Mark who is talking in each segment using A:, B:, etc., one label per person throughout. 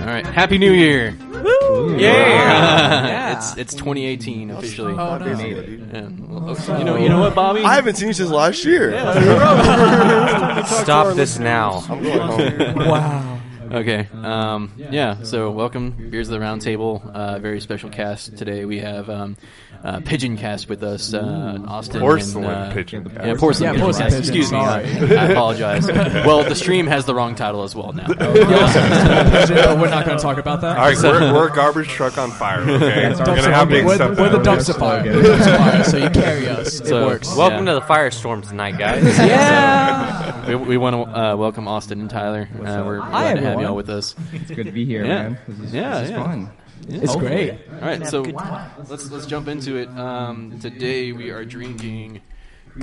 A: right. Happy New Year.
B: Woo!
A: Yeah. it's it's 2018 officially.
B: Oh, no.
A: Yeah. Well, You know you know what, Bobby?
C: I haven't seen you since last year.
D: Stop this now.
C: I'm going home.
B: Wow.
A: Okay. Um, yeah. So welcome, Beers of the Round Table. Uh, very special cast today. We have um, uh, Pigeon Cast with us, uh, Austin.
C: Porcelain
A: and, uh,
C: Pigeon
A: Yeah,
C: Cast.
A: porcelain.
B: Yeah,
A: pigeon
B: porcelain
A: cast.
B: pigeon,
A: Excuse me.
B: sorry.
A: I apologize. well, the stream has the wrong title as well now.
B: but we're not going to talk about that.
C: All right, we're, we're a garbage truck on fire. Okay, we're
B: Dumpster-
C: gonna have to
B: we're,
C: accept
B: we're
C: that.
B: the dumpster fire. We're the dumpster fire, so you carry us.
A: So-
B: it works.
A: Well-
D: Welcome to the firestorm tonight, guys.
B: yeah.
A: we we want to uh, welcome Austin and Tyler. Uh, we're glad to have
B: everyone.
A: you all with us.
E: It's good to be here,
A: Yeah.
E: man. This is,
A: Yeah,
E: this is
A: yeah.
E: fun.
B: It's great.
A: All right, so let's let's jump into it. Um, today we are drinking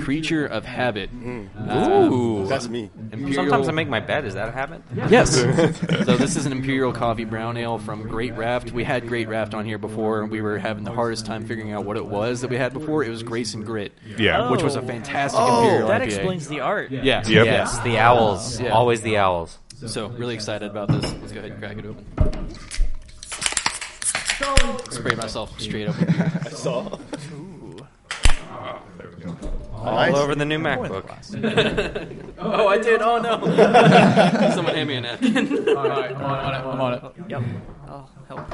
A: Creature of Habit. Um,
C: That's me.
A: Imperial-
D: Sometimes I make my bed. Is that a habit?
A: Yes. so this is an Imperial Coffee Brown Ale from Great Raft. We had Great Raft on here before, and we were having the hardest time figuring out what it was that we had before. It was Grace and Grit,
C: Yeah.
A: which was a fantastic
C: Oh.
A: Imperial
F: That
A: IPA.
F: explains the art.
A: Yeah.
C: Yep.
D: Yes, the owls.
A: Yeah.
D: Always the owls.
A: So really excited about this. Let's go ahead and crack it open. Spray myself straight up. with beer.
C: Nice.
D: All over the new MacBook.
A: Oh, I did. Oh no. Someone hand me a napkin.
B: All right, I'm on it. I'm on it.
F: Yep. Oh, help.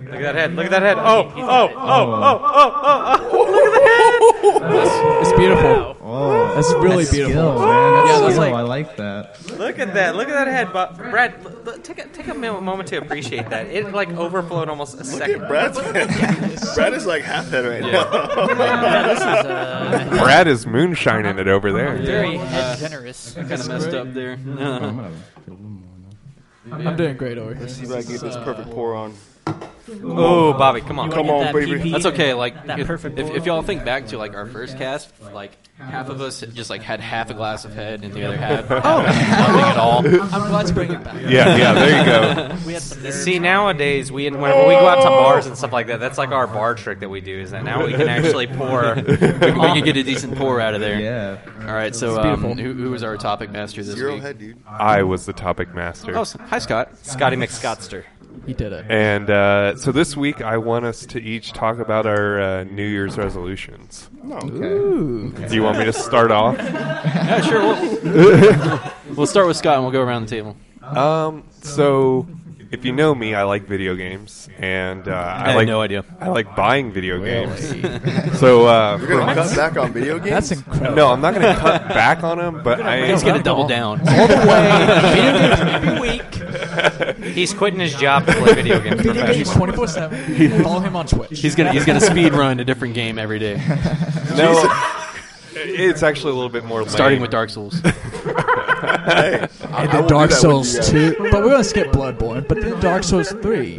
D: Look at that head. Look at that head. Oh, oh, oh, oh.
B: It's beautiful.
E: Oh,
B: That's really
E: that's
B: beautiful.
E: Skill, man. That's
F: Yeah, that's
E: skill.
F: like-
E: I like that.
D: Look at that. Look at that head. Bob. Brad, l- l- take a, take a mo- moment to appreciate that. It like overflowed almost a second.
C: Brad's, Brad is like half head right now.
F: Yeah, this is uh,
G: Brad is moonshining it over there.
F: very
C: uh,
F: head generous.
A: kind of messed up there.
E: I'm gonna put a little more. in there.
B: I'm doing great over here.
C: See if I can get this uh, perfect pour on.
D: Oh, Bobby, come on.
C: Come
F: Get
C: on,
F: that
C: baby.
F: PP.
A: That's okay. Like
F: That
A: if,
F: perfect
A: if, if
F: boil.
A: y'all think back to like our first cast, like half of us just like had half a glass of head and the other half oh. nothing at all.
B: I'm glad to bring it back.
G: Yeah, yeah, there you go.
F: We had some nerves.
D: See, nowadays, we when we go out to bars and stuff like that, that's like our bar trick that we do, is that now we can actually pour.
A: We can get a decent pour out of there.
E: Yeah.
A: All right. So um, who, who was our topic master this
C: Zero
A: week?
C: head, dude.
G: I was the topic master.
A: Oh, s- hi Scott.
D: Scotty McScottster.
B: He did it.
G: And uh, so this week, I want us to each talk about our uh, New Year's resolutions.
E: Okay.
G: Do you want me to start off?
A: Yeah, sure. We'll, we'll start with Scott and we'll go around the table.
G: Um, so, if you know me, I like video games, and uh, I,
A: had
G: like
A: no idea.
G: I like buying video games. So, uh,
C: You're gonna cut back on video games.
B: That's incredible.
G: no, I'm not going to cut back on them, but I
A: He's
G: am
A: gonna double down.
B: All the way. Video games every week.
D: He's quitting his job to play video games
B: Video games
D: professionally.
B: 24 7. Follow him on Twitch.
A: He's gonna he's gonna speed run a different game every day,
G: No, it's actually a little bit more.
A: starting
G: lame.
A: with Dark Souls.
C: Hey, I
B: And
C: will
B: then
C: do that
B: Dark
C: with
B: Souls
C: you guys.
B: 2. But we're going to skip Bloodborne. But then Dark Souls 3.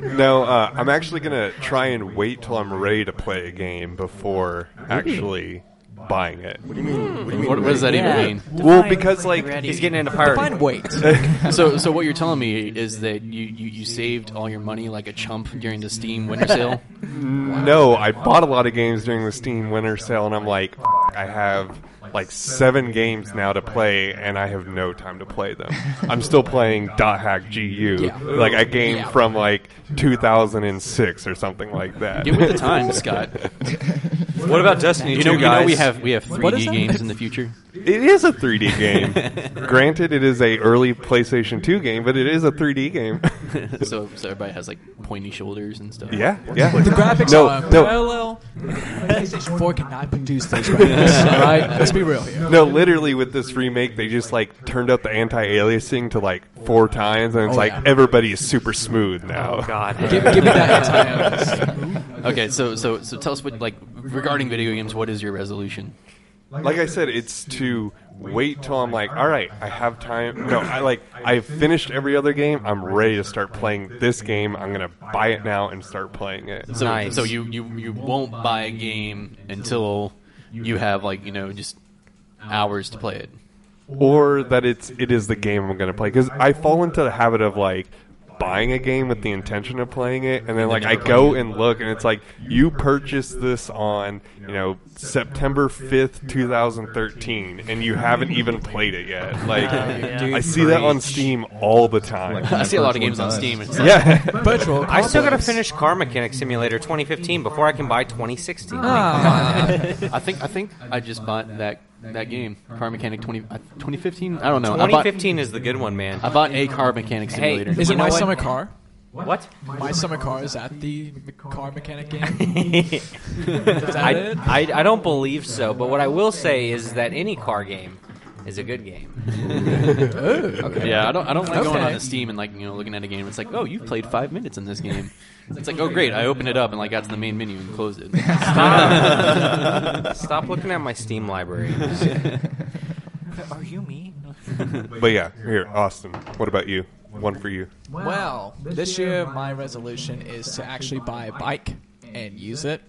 G: No, uh, I'm actually gonna try and wait till I'm ready to play a game before actually buying it.
C: What do you mean? What do you mean?
A: What, what does that
F: Yeah.
A: even
G: Well,
F: Define
G: because like
F: ready.
D: He's getting into pirating.
B: Find weight.
A: mean? So so what you're telling me is that you, you, you saved all your money like a chump during the Steam winter sale.
G: no, I bought a lot of games during the Steam Winter Sale, and I'm like, "F- I have like seven games now to play, and I have no time to play them. I'm still playing Dot Hack GU,
B: Yeah.
G: like a game
B: Yeah.
G: from like 2006 or something like that.
A: Get with the time, Scott.
D: What about Destiny
A: You know,
D: 2,
A: you
D: guys?
A: know we have we have 3D
B: What is that?
A: games in the future.
G: It is a 3D game. Granted, it is a early PlayStation 2 game, but it is a 3D game.
A: so so everybody has like pointy shoulders and stuff.
G: yeah, yeah.
B: The graphics
G: No,
B: are
G: no.
B: parallel. PlayStation 4 cannot produce those graphics. All right? Let's be real here.
G: No, literally with this remake, they just like turned up the anti-aliasing to like four times, and it's
B: Oh,
G: like
B: yeah. Oh,
G: everybody is super smooth now.
D: God.
B: Give, give me that anti
A: Okay, so so so tell us what like regarding video games, what is your resolution?
G: Like I said, it's to wait till I'm like, all right, I have time. No, I like I finished every other game. I'm ready to start playing this game. I'm gonna buy it now and start playing it.
A: So
D: Nice.
A: so you, you you won't buy a game until you have like, you know, just hours to play it.
G: or that it's it is the game I'm going to play because I fall into the habit of like buying a game with the intention of playing it, and then like I go and look, and it's like you purchased this on you know September fifth, two thousand thirteen, and you haven't even played it yet. Like
F: yeah.
G: I see that on Steam all the time.
A: I see a lot of games on
E: Virtual
A: Steam. It's like,
G: Yeah,
B: Virtual.
D: I still gotta
B: consoles.
D: finish Car Mechanic Simulator 2015 before I can buy 2016.
A: Ah. I think I think I just bought that that game, Car Mechanic 20, uh, 2015? I don't know. I bought,
D: 2015 is the good one, man.
A: I bought a Car Mechanic Simulator.
B: Is
F: You
B: it my
F: know what?
B: summer car?
F: What?
B: My summer car is at the m- car mechanic game. Is that
D: I,
B: it?
D: I, I don't believe so, but what I will say is that any car game is a good game.
B: Oh,
A: Yeah, I don't. I don't like going
B: Okay.
A: on the Steam and like you know looking at a game. It's like, oh, you've played five minutes in this game. It's like, oh, great. I opened it up and like got to the main menu and closed it.
D: Stop looking at my Steam library.
F: Are you me?
G: but yeah, here Austin. What about you? One for you.
B: Well, this year my resolution is to actually buy a bike and use it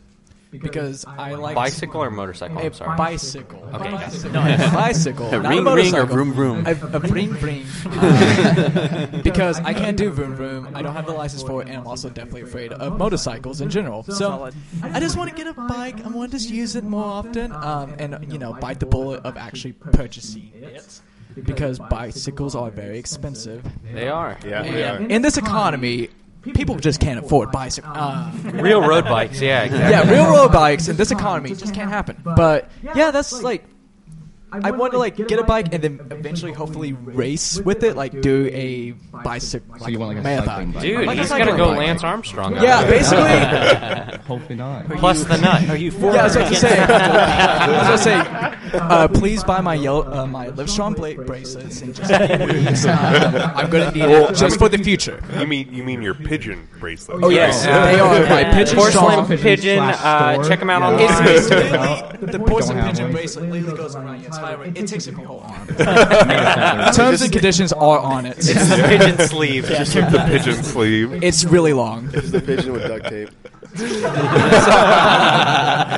B: because I like
D: Bicycle or motorcycle?
B: a
D: I'm sorry.
B: bicycle.
D: Okay, yes.
B: bicycle. a bicycle.
A: A
B: not
A: ring, ring,
B: motorcycle.
A: or vroom, vroom.
B: A, a bring bring. Uh, because I can't do vroom vroom. I don't have the license for it, and I'm also definitely afraid of motorcycles in general. So
F: Solid.
B: I just want to get a bike. I want to just use it more often, um, and you know, bite the bullet of actually purchasing it. Because bicycles are very expensive,
D: They are.
C: Yeah, we are.
B: and in this economy, people just can't afford bicycles. Uh,
D: Real road bikes, yeah, exactly.
B: yeah, real road bikes in this economy just can't happen. But yeah, that's like I want to like get a bike and then eventually hopefully race with it, like do a bicycle
E: So you want like a
B: marathon.
E: cycling bike?
D: Dude,
B: Like a
D: he's
B: cycling
D: gonna go
B: bike.
D: Lance Armstrong. on
B: Yeah,
D: it.
B: basically.
E: Hopefully not.
D: Plus the nut. Are you for?
B: Yeah, I was about to say. I was about to say. Uh, please buy my yellow, uh, my Livestrong bla- bracelets and just. Uh, I'm gonna need it just for the future.
G: You mean you mean your pigeon bracelet?
B: Oh yes,
D: Yeah.
B: they are my pigeon
D: Porcelain
B: song.
D: pigeon. Uh, check him out on
B: It's
D: online.
B: basically the porcelain
E: Don't have
B: pigeon
E: one.
B: bracelet literally goes around your entire. It takes up your whole arm.
E: Turn
B: Terms and conditions are on it. It's,
D: pigeon sleeve.
G: the pigeon sleeve.
B: it's really long.
C: It's the pigeon with duct tape.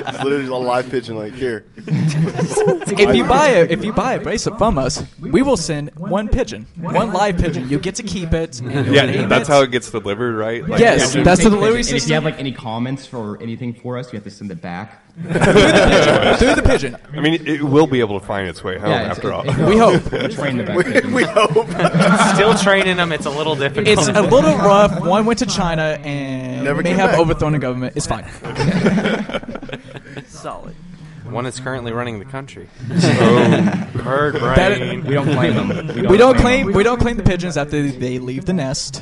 C: it's literally a live pigeon. Like here,
B: If you buy a if you buy a bracelet from us, we will send one pigeon, one live pigeon. You get to keep it. and you'll
G: Yeah,
B: name
G: that's
B: it.
G: how it gets delivered, right? Like,
B: Yes,
G: pigeon-
B: that's the delivery
E: And if you
B: system
E: have like any comments or anything for us, you have to send it back.
B: through the pigeon.
G: I mean, it will be able to find its way home
E: Yeah, it's-
G: after all.
E: it-
B: We hope.
E: Train the back.
C: we hope
D: Still training him. It's a little difficult.
B: It's a little rough. One went to China and
C: Never
B: may
C: came
B: have
C: back.
B: overthrown the government. It's fine.
F: Solid.
D: One is currently running the country.
G: Oh,
D: Bird
B: That-
D: brain.
E: We don't claim them.
B: We don't claim we don't claim the pigeons after they leave the nest.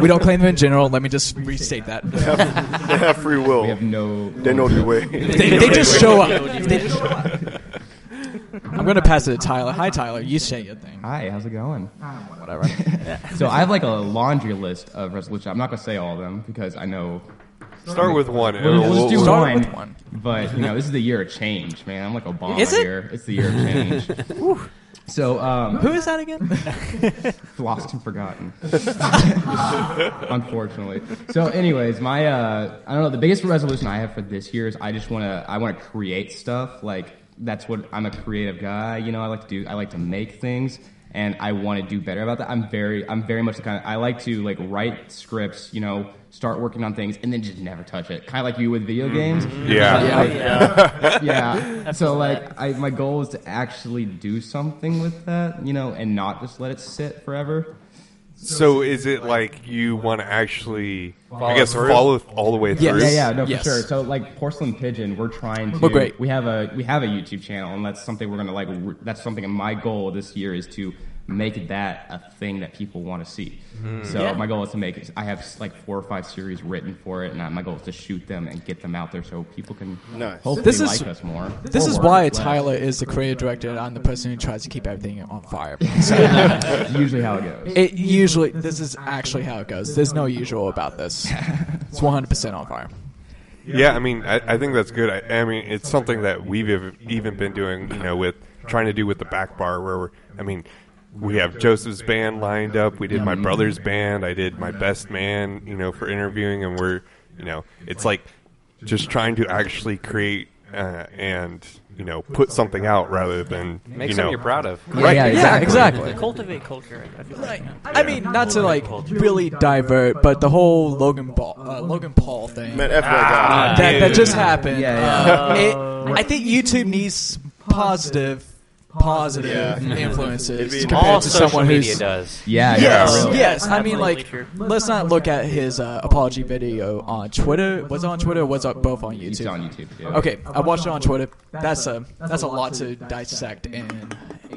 B: We don't claim them in general. Let me just restate that.
C: they have free will.
E: We have no.
C: they know their way.
B: They, they just show up. They just show up. I'm gonna pass it to Tyler. Hi, Tyler. You say your thing.
E: Hi, how's it going? whatever. so I have like a laundry list of resolutions. I'm not gonna say all of them because I know.
G: start with one.
E: We'll, we'll just do
B: Start
E: one,
B: with one.
E: But you know, this is the year of change, man. I'm like Obama
B: Is it?
E: here. It's the year of change. so um,
B: Who is that again?
E: lost and forgotten. Unfortunately. So, anyways, my uh, I don't know. The biggest resolution I have for this year is I just want to I want to create stuff. Like that's what I'm a creative guy. You know, I like to do. I like to make things, and I want to do better about that. I'm very I'm very much the kind. Of, I like to like write scripts. You know, start working on things, and then just never touch it. Kind of like you with video games
G: Yeah.
E: yeah. So like, I, my goal is to actually do something with that, you know, and not just let it sit forever.
G: So is it like you want to actually, I
E: Follow
G: guess,
E: through?
G: follow th- all the way
B: Yes.
G: through?
E: Yeah, yeah, no,
B: Yes.
E: for sure. So like, Porcelain Pigeon, we're trying to.
B: We're great.
E: We have a we have a YouTube channel, and that's something we're gonna like. re- That's something my goal this year is to make that a thing that people want to see.
B: Mm-hmm.
E: So my goal is to make. it- I have like four or five series written for it, and uh, my goal is to shoot them and get them out there so people can
C: Nice.
E: hopefully
B: This is-
E: like us more.
B: This
E: or
B: is
E: work
B: why
E: with less.
B: Tyler is the creative director and I'm the person who tries to keep everything on fire.
E: That's usually how it goes.
B: It usually, this is actually how it goes. There's no usual about this. It's 100% on fire.
G: Yeah, I mean, I, I think that's good. I, I mean, it's something that we've ev- even been doing, you know, with trying to do with the back bar, where we're, I mean, we have Joseph's band lined up. We did my brother's band. I did my best man, you know, for interviewing, and we're, you know, it's like just trying to actually create uh, and you know put something out rather than
D: Make
G: you
D: something
G: know
D: you're proud of.
E: Right,
B: Yeah,
E: exactly.
B: exactly.
F: Cultivate culture. I feel like.
B: Like, I mean, not to like really divert, but the whole Logan Paul, uh, Logan Paul thing
C: Man,
B: that,
C: F that guy.
B: that just happened.
E: Yeah,
B: uh, it, I think YouTube needs positive, positive
C: Yeah. It'd
B: influences
C: be-
B: compared
D: All
B: to
D: social
B: someone
D: media
B: who's.
D: does.
E: Yeah.
G: Yes.
E: yeah, really.
B: Yes, I mean
F: Absolutely
B: like,
F: true.
B: let's not look at his uh, apology video on Twitter. Was it on Twitter? Or was it both on
E: It's
B: YouTube?
E: on YouTube. Yeah.
B: Okay, I watched it on Twitter. That's a that's a lot to dissect in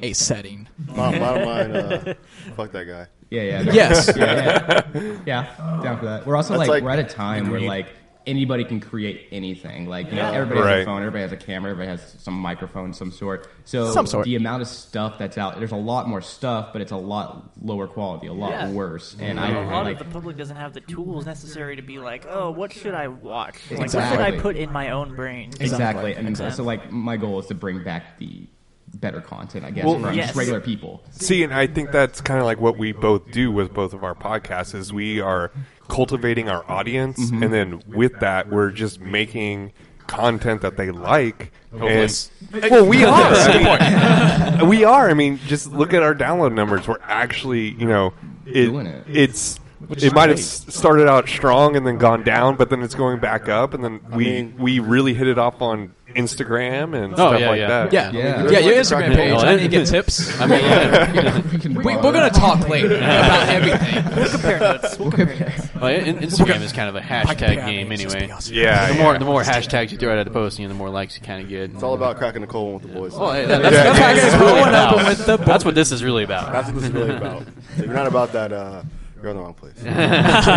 B: a setting.
C: Bottom, bottom line, uh, fuck that guy.
E: Yeah, yeah.
B: Yes.
E: yeah, yeah. Yeah, down for that. We're also
C: That's like-
E: like, we're at a time where like anybody can create anything. Like you know, everybody has
G: Right.
E: a phone, everybody has a camera, everybody has some microphone, some sort. So
B: Some sort.
E: the amount of stuff that's out, there's a lot more stuff, but it's a lot lower quality, a lot
F: Yeah.
E: worse. And I
F: A lot
E: like,
F: of the public doesn't have the tools necessary to be like, oh, what should I watch? Like, what should
E: Exactly.
F: I put in my own brain?
E: exactly. And
F: Exactly.
E: so like my goal is to bring back the better content, I guess,
G: Well,
E: from
F: Yes.
E: just regular people.
G: See, and I think that's kind of like what we both do with both of our podcasts is we are cultivating our audience, and then with that, we're just making content that they like. And, well, we are. I mean, we are. I mean, just look at our download numbers. We're actually, you know, it,
E: Doing it.
G: it's. It might have s- started out strong and then gone down, but then it's going back up, and then we
C: mean-
G: we really hit it off on Instagram and
A: Oh,
G: stuff
A: yeah,
G: like
A: yeah.
G: that.
B: Yeah,
E: Yeah.
B: yeah, your Instagram page.
A: Yeah.
B: I need to get tips.
A: I mean, yeah.
E: we can
B: We, we're gonna talk later about everything.
F: Compare notes. We'll compare notes.
A: Well, Oh, in- Instagram is kind of a hashtag game anyway.
G: Yeah,
A: The
G: yeah.
A: more the more hashtags you throw out at a post, you know, the more likes you kind of get.
C: It's all about cracking the cold one with the boys.
A: Oh, yeah, that's,
G: Yeah.
A: that's, what this is
B: Cracking
A: really
B: open
A: about.
B: with the
A: that's what this is really about.
C: That's what this is really about. If you're not about that, uh, you're in the wrong place.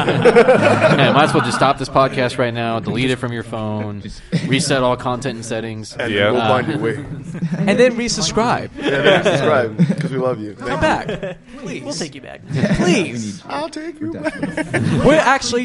A: Yeah, might as well just stop this podcast right now, delete it from your phone, reset all content and settings.
C: And
G: Yeah.
C: we'll find your way.
B: And then resubscribe.
C: Yeah, man, subscribe because we love you.
B: Come
C: Thank
B: back,
F: We'll
B: please,
F: take you back.
B: please.
C: you. I'll take you back.
B: We're actually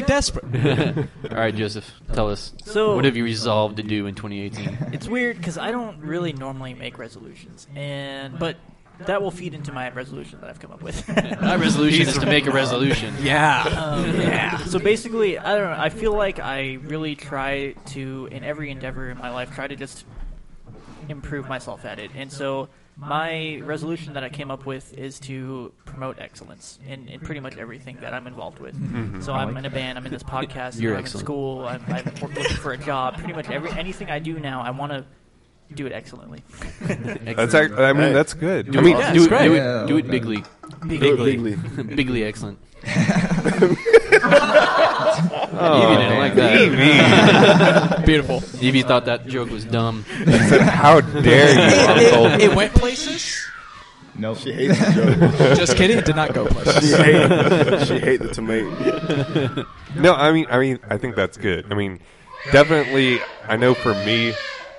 B: desperate.
A: All right, Joseph, tell us.
F: So-
A: what have you resolved to do in 2018?
F: It's weird because I don't really normally make resolutions, and but that will feed into my resolution that I've come up with.
A: My resolution is to make a resolution.
B: Yeah.
A: Oh,
F: Um, yeah. So basically, I don't know. I feel like I really try to, in every endeavor in my life, try to just improve myself at it. And so my resolution that I came up with is to promote excellence in, in pretty much everything that I'm involved with. So I'm in a band, I'm in this podcast,
A: You're
F: I'm
A: excellent.
F: in school, I'm, I'm looking for a job. Pretty much every anything I do now, I want to do it excellently.
G: That's act- I mean
C: Hey.
G: that's good.
A: Do
G: I mean,
A: it,
B: Yeah,
A: do,
B: it's
A: it,
B: great.
A: do
E: Yeah,
A: it, do it
E: okay.
A: bigly,
C: Bigly.
A: bigly excellent.
G: oh,
A: didn't like that.
G: Evie.
B: Beautiful.
A: If you thought that joke was dumb,
G: How dare you,
B: It,
G: Uncle?
B: it went places.
E: Nope.
C: She hates the
B: Just kidding. It did not go
C: joke. She
B: places.
C: hate, she hate the tomato.
G: No, I mean, I mean, I think that's good. I mean, definitely. I know for me,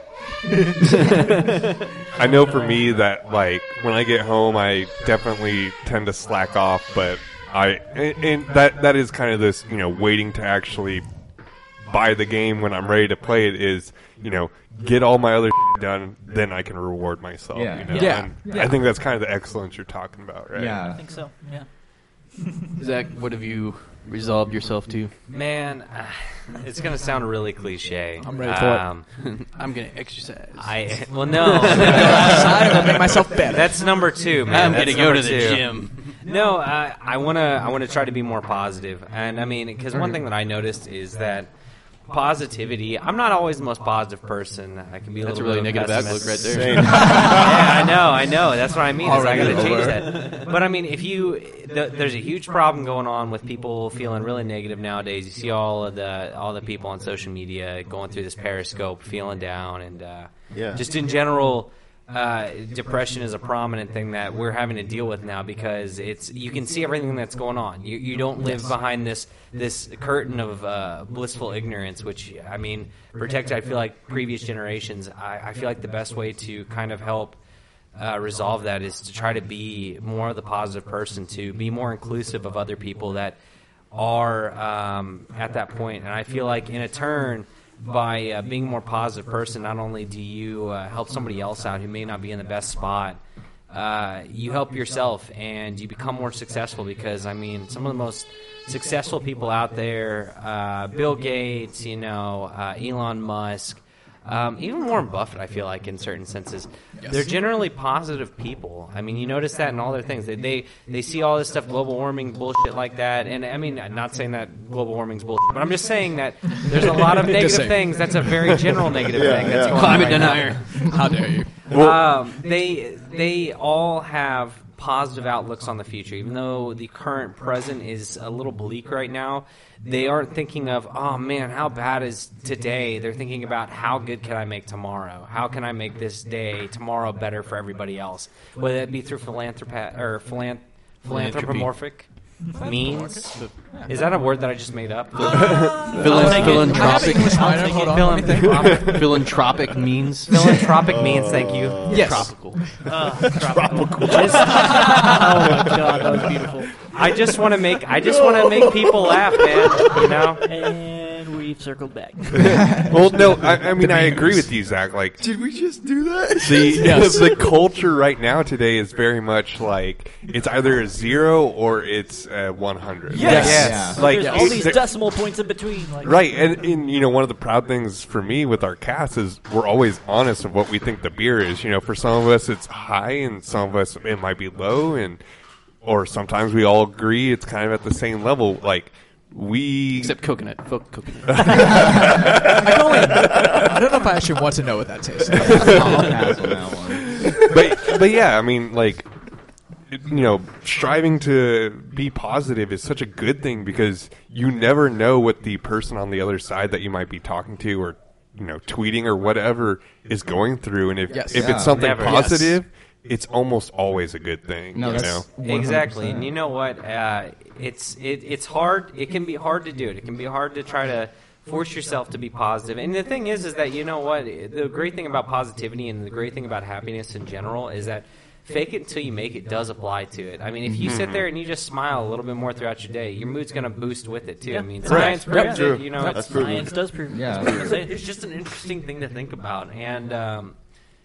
G: I know for me that like when I get home, I definitely tend to slack off. But I and, and that that is kind of this you know waiting to actually buy the game when I'm ready to play it is you know get all my other done, then I can reward myself.
E: Yeah.
G: you know?
B: Yeah.
G: And I think that's kind of the excellence you're talking about, right?
E: Yeah.
F: I think so. Yeah.
A: Zach, what have you resolved yourself to?
D: Man, uh, it's gonna sound really cliche. I'm
B: ready for it.
A: I'm gonna exercise.
D: I well, no,
B: Outside, I'm gonna make myself better.
D: that's number two. Man.
A: I'm
D: That's
A: gonna go to
D: number
A: the
D: two.
A: gym.
D: No, I, I wanna I wanna try to be more positive, and I mean, because one thing that I noticed is that positivity. I'm not always the most positive person. I can be a
A: That's a
D: little
A: really
D: bit of
A: negative outlook right there.
D: yeah, I know, I know. That's what I mean. Is I
B: Already
D: got to change that. But I mean, if you, th- there's a huge problem going on with people feeling really negative nowadays. You see all of the all the people on social media going through this Periscope, feeling down, and uh,
C: Yeah.
D: just in general. Uh, depression is a prominent thing that we're having to deal with now because it's you can see everything that's going on. You you don't live behind this this curtain of uh, blissful ignorance, which I mean, protect. I feel like previous generations. I, I feel like the best way to kind of help uh, resolve that is to try to be more of the positive person, to be more inclusive of other people that are um, at that point. And I feel like, in a turn, by uh, being a more positive person, not only do you uh, help somebody else out who may not be in the best spot, uh, you help yourself and you become more successful because, I mean, some of the most successful people out there, uh, Bill Gates, you know, uh, Elon Musk, Um, even Warren Buffett, I feel like, in certain senses, they're generally positive people. I mean, you notice that in all their things. They, they they see all this stuff, global warming bullshit like that. And I mean, I'm not saying that global warming's bullshit, but I'm just saying that there's a lot of negative
B: saying.
D: things. That's a very general negative
C: Yeah,
D: thing that's
C: yeah.
D: going on
A: Climate
D: right now.
A: denier.
B: How dare you?
D: Um, they they all have positive outlooks on the future, even though the current present is a little bleak right now. They aren't thinking of oh man, how bad is today. They're thinking about how good can I make tomorrow? How can I make this day tomorrow better for everybody else? Whether that be through philanthropa or philan- philanthropomorphic means. Is that a word that I just made up?
A: Philan- philanthropic,
B: English minor. Hold on. let me think.
D: Philanthropic,
A: philanthropic means.
D: philanthropic means. Thank you.
B: Yes.
A: Tropical.
F: Just- oh my god, that was beautiful.
D: I just want to make I just want to make people laugh, man. You know.
F: And we've circled back.
G: Well, no, I, I mean I agree with you, Zach. Like
C: Did we just do that?
G: the the culture right now today is very much like it's either a zero or it's a one hundred.
F: Yes.
E: Yes.
G: Like
F: There's all
G: it-
F: these
G: the-
F: decimal points in between. Like,
G: Right, and, and you know one of the proud things for me with our cast is we're always honest of what we think the beer is. You know, for some of us it's high, and some of us it might be low, and or sometimes we all agree it's kind of at the same level. Like we
A: Except coconut. Fuck coconut.
B: I, can only, I don't know if I actually want to know what that tastes like.
E: I'll pass on that one.
G: but but yeah, I mean, like you know, striving to be positive is such a good thing because you never know what the person on the other side that you might be talking to or you know tweeting or whatever is going through, and if
B: Yes.
G: if
E: Yeah.
G: it's something
D: Never.
G: positive, it's almost always a good thing.
E: No,
G: you
E: that's
G: know?
E: 100%.
D: Exactly, and you know what? Uh, it's it, it's hard. It can be hard to do it. It can be hard to try to force yourself to be positive. And the thing is, is that you know what? The great thing about positivity and the great thing about happiness in general is that fake it until you make it does apply to it. I mean, if you sit there and you just smile a little bit more throughout your day, your mood's going to boost with it too. I mean, science proves
C: True.
D: it. You know,
C: That's
D: it's-
C: proven.
F: Science does prove.
E: Yeah.
F: that's what I'm saying.
D: it's just an interesting thing to think about, and um,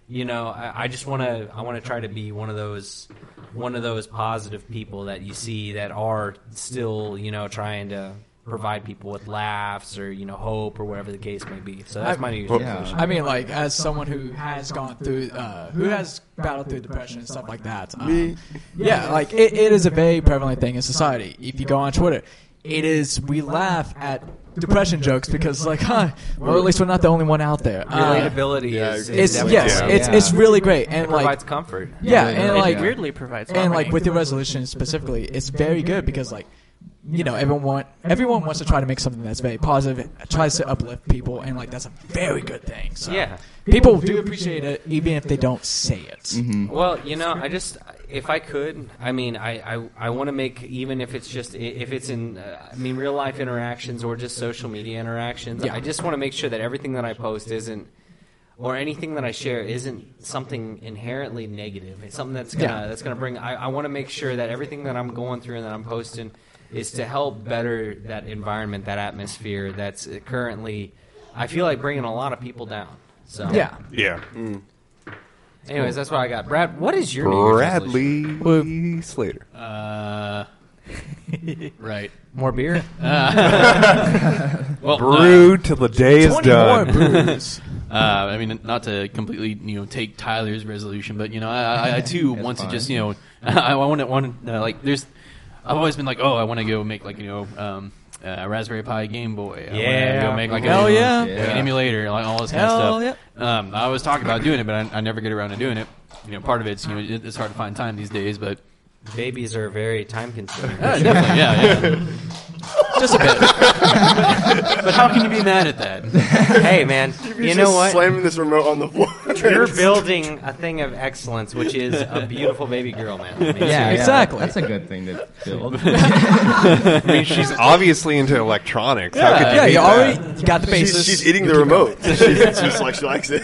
D: you know, I, I just want to I want to try to be one of those one of those positive people that you see that are still you know trying to provide people with laughs or you know hope or whatever the case may be. So that's
B: I-
D: my new Year's
G: Well-
E: Yeah.
D: resolution.
B: I mean, like, as someone who has gone through, uh, who has battled through depression and stuff like that, um, yeah, like, it, it is a very prevalent thing in society. If you go on Twitter, it is, we laugh at depression jokes because, like, huh, well, at least we're not the only one out there. Uh,
D: Relatability
C: yeah,
D: is, is
B: it's,
D: definitely-
B: yes,
G: Yeah.
B: it's, it's really great. And, like,
D: provides comfort.
B: yeah,
E: Yeah.
B: and,
F: It
B: like,
F: weirdly provides.
B: and
F: harmony.
B: like with your resolution specifically, it's very good because like you know everyone want, everyone wants to try to make something that's very positive, tries to uplift people, and like that's a very good thing. So
D: Yeah.
B: people do appreciate it even if they don't say it.
E: Mm-hmm.
D: Well, you know, I just if I could, I mean, I I, I want to make even if it's just if it's in uh, I mean real life interactions or just social media interactions.
B: Yeah.
D: I just want to make sure that everything that I post isn't or anything that I share isn't something inherently negative. It's something that's gonna
B: Yeah.
D: that's gonna bring. I, I want to make sure that everything that I'm going through and that I'm posting is to help better that environment, that atmosphere that's currently. I feel like bringing a lot of people down. So
B: Yeah.
G: Yeah,
D: Anyways, that's what I got. Brad, what is your New Year's resolution?
G: Bradley Slater.
A: Uh, right.
D: More beer?
A: Well,
G: Brew till the day is
B: Twenty more
G: done.
B: brews.
A: uh, I mean, not to completely you know take Tyler's resolution, but you know, I, I, I too want
E: fine.
A: to just you know, I want to want uh, like there's, I've always been like, oh, I want to go make like you know. Um, uh, a Raspberry Pi Game Boy. I wanna
D: Yeah.
A: go make like a-
B: Hell yeah.
A: like,
E: Yeah.
A: an emulator, like all this kind
B: Hell
A: of stuff. Um, I was talking about doing it, but I, I never get around to doing it. You know, part of it's you know it, it's hard to find time these days, but
D: Babies are very time consuming.
A: Uh, definitely, yeah, yeah. Just a bit. but how can you be mad at that?
D: hey, man, you know what?
C: Slamming this remote on the floor.
D: You're building a thing of excellence, which is a beautiful baby girl, man. I mean,
E: Yeah,
B: Exactly.
E: Yeah, that's a good thing to build.
G: I mean, she's obviously into electronics. How could you
B: yeah,
G: hate
B: you
G: that?
B: already got the
C: She's,
B: basis.
C: she's eating the remote. she's just like she likes it.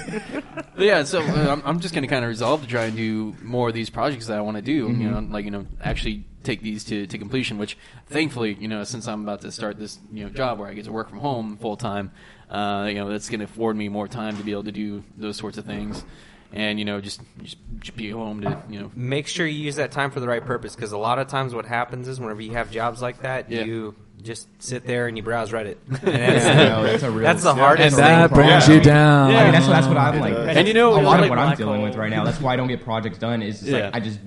A: But yeah, so uh, I'm, I'm just going to kind of resolve to try and do more of these projects that I want to do. You know, like you know, actually take these to, to completion. Which thankfully, you know, since I'm about to start this you know job where I get to work from home full time, uh, you know, that's going to afford me more time to be able to do those sorts of things. And you know, just just, just be home to you know
D: Make sure you use that time for the right purpose, because a lot of times what happens is whenever you have jobs like that,
A: Yeah.
D: you Just sit there and you browse Reddit.
E: no, that's a real.
D: That's the
E: Yeah.
D: hardest
B: and
D: thing.
B: that brings
G: Yeah.
B: you down.
E: I mean, that's, that's what I'm like.
A: And you know,
E: a lot
A: like-
E: of what I'm
F: black
E: dealing
F: hole.
E: with right now. That's why I don't get projects done. Is it's
A: Yeah.
E: like I just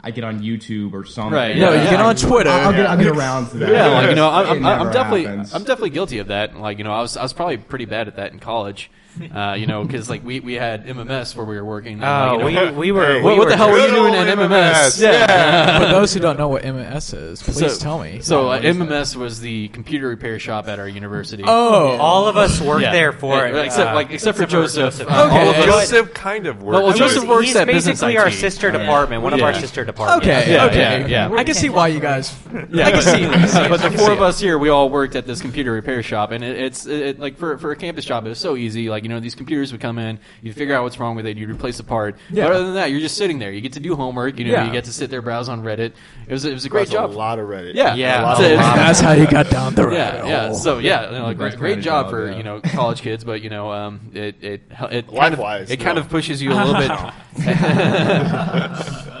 E: I get on YouTube or something.
A: Right,
B: no, you
A: Yeah.
B: get on Twitter.
E: I'll get I'll get around to that.
A: Yeah, like, you know, I'm,
E: It
A: I'm,
E: never
A: I'm definitely,
E: happens.
A: I'm definitely guilty of that. Like, you know, I was, I was probably pretty bad at that in college. Uh, you know, because like we, we had MMS where we were working. and, like,
D: Oh,
A: you know,
D: we, we were.
G: Hey.
D: we
A: what, what the hell were you
G: good
A: doing
G: old
A: at
G: MMS?
A: MMS? Yeah.
B: For those who don't know what MMS is, please
A: so,
B: tell me.
A: So uh,
E: What is
A: MMS was the computer repair shop at our university.
B: oh,
D: All of us worked there for
A: Yeah,
D: it.
A: except
D: uh,
A: like except, for Joseph.
D: Joseph.
A: Uh,
B: Okay.
A: all of us-
G: Joseph kind of worked.
A: Well,
G: with
A: Joseph
G: it.
A: works
D: he's
A: at business
D: basically
A: IT.
D: our sister department, one of our
A: Yeah.
D: sister departments.
B: okay,
A: Yeah,
B: okay,
A: yeah, yeah.
B: I can see why you guys.
A: Yeah.
B: I can see this.
A: but the four of us here, we all worked at this computer repair shop, and it, it's it, it- like for for a campus job, it was so easy. Like you know, these computers would come in, you figure out what's wrong with it, you replace the part.
B: Yeah.
A: But other than that, you're just sitting there. You get to do homework. You know,
B: Yeah.
A: you get to sit there browse on Reddit. It was it was a great
C: That's a
A: job.
C: lot of Reddit.
A: Yeah,
D: Yeah,
A: It's
D: a
A: it's-
D: lot.
B: That's how you got down the road.
A: yeah, yeah. So yeah, you know, like,
E: That's
A: great, great
E: my
A: job
E: job,
A: for
E: yeah.
A: you know college kids, but you know, um, it it it kind
C: Likewise,
A: of, it kind
C: no.
A: of pushes you a little bit.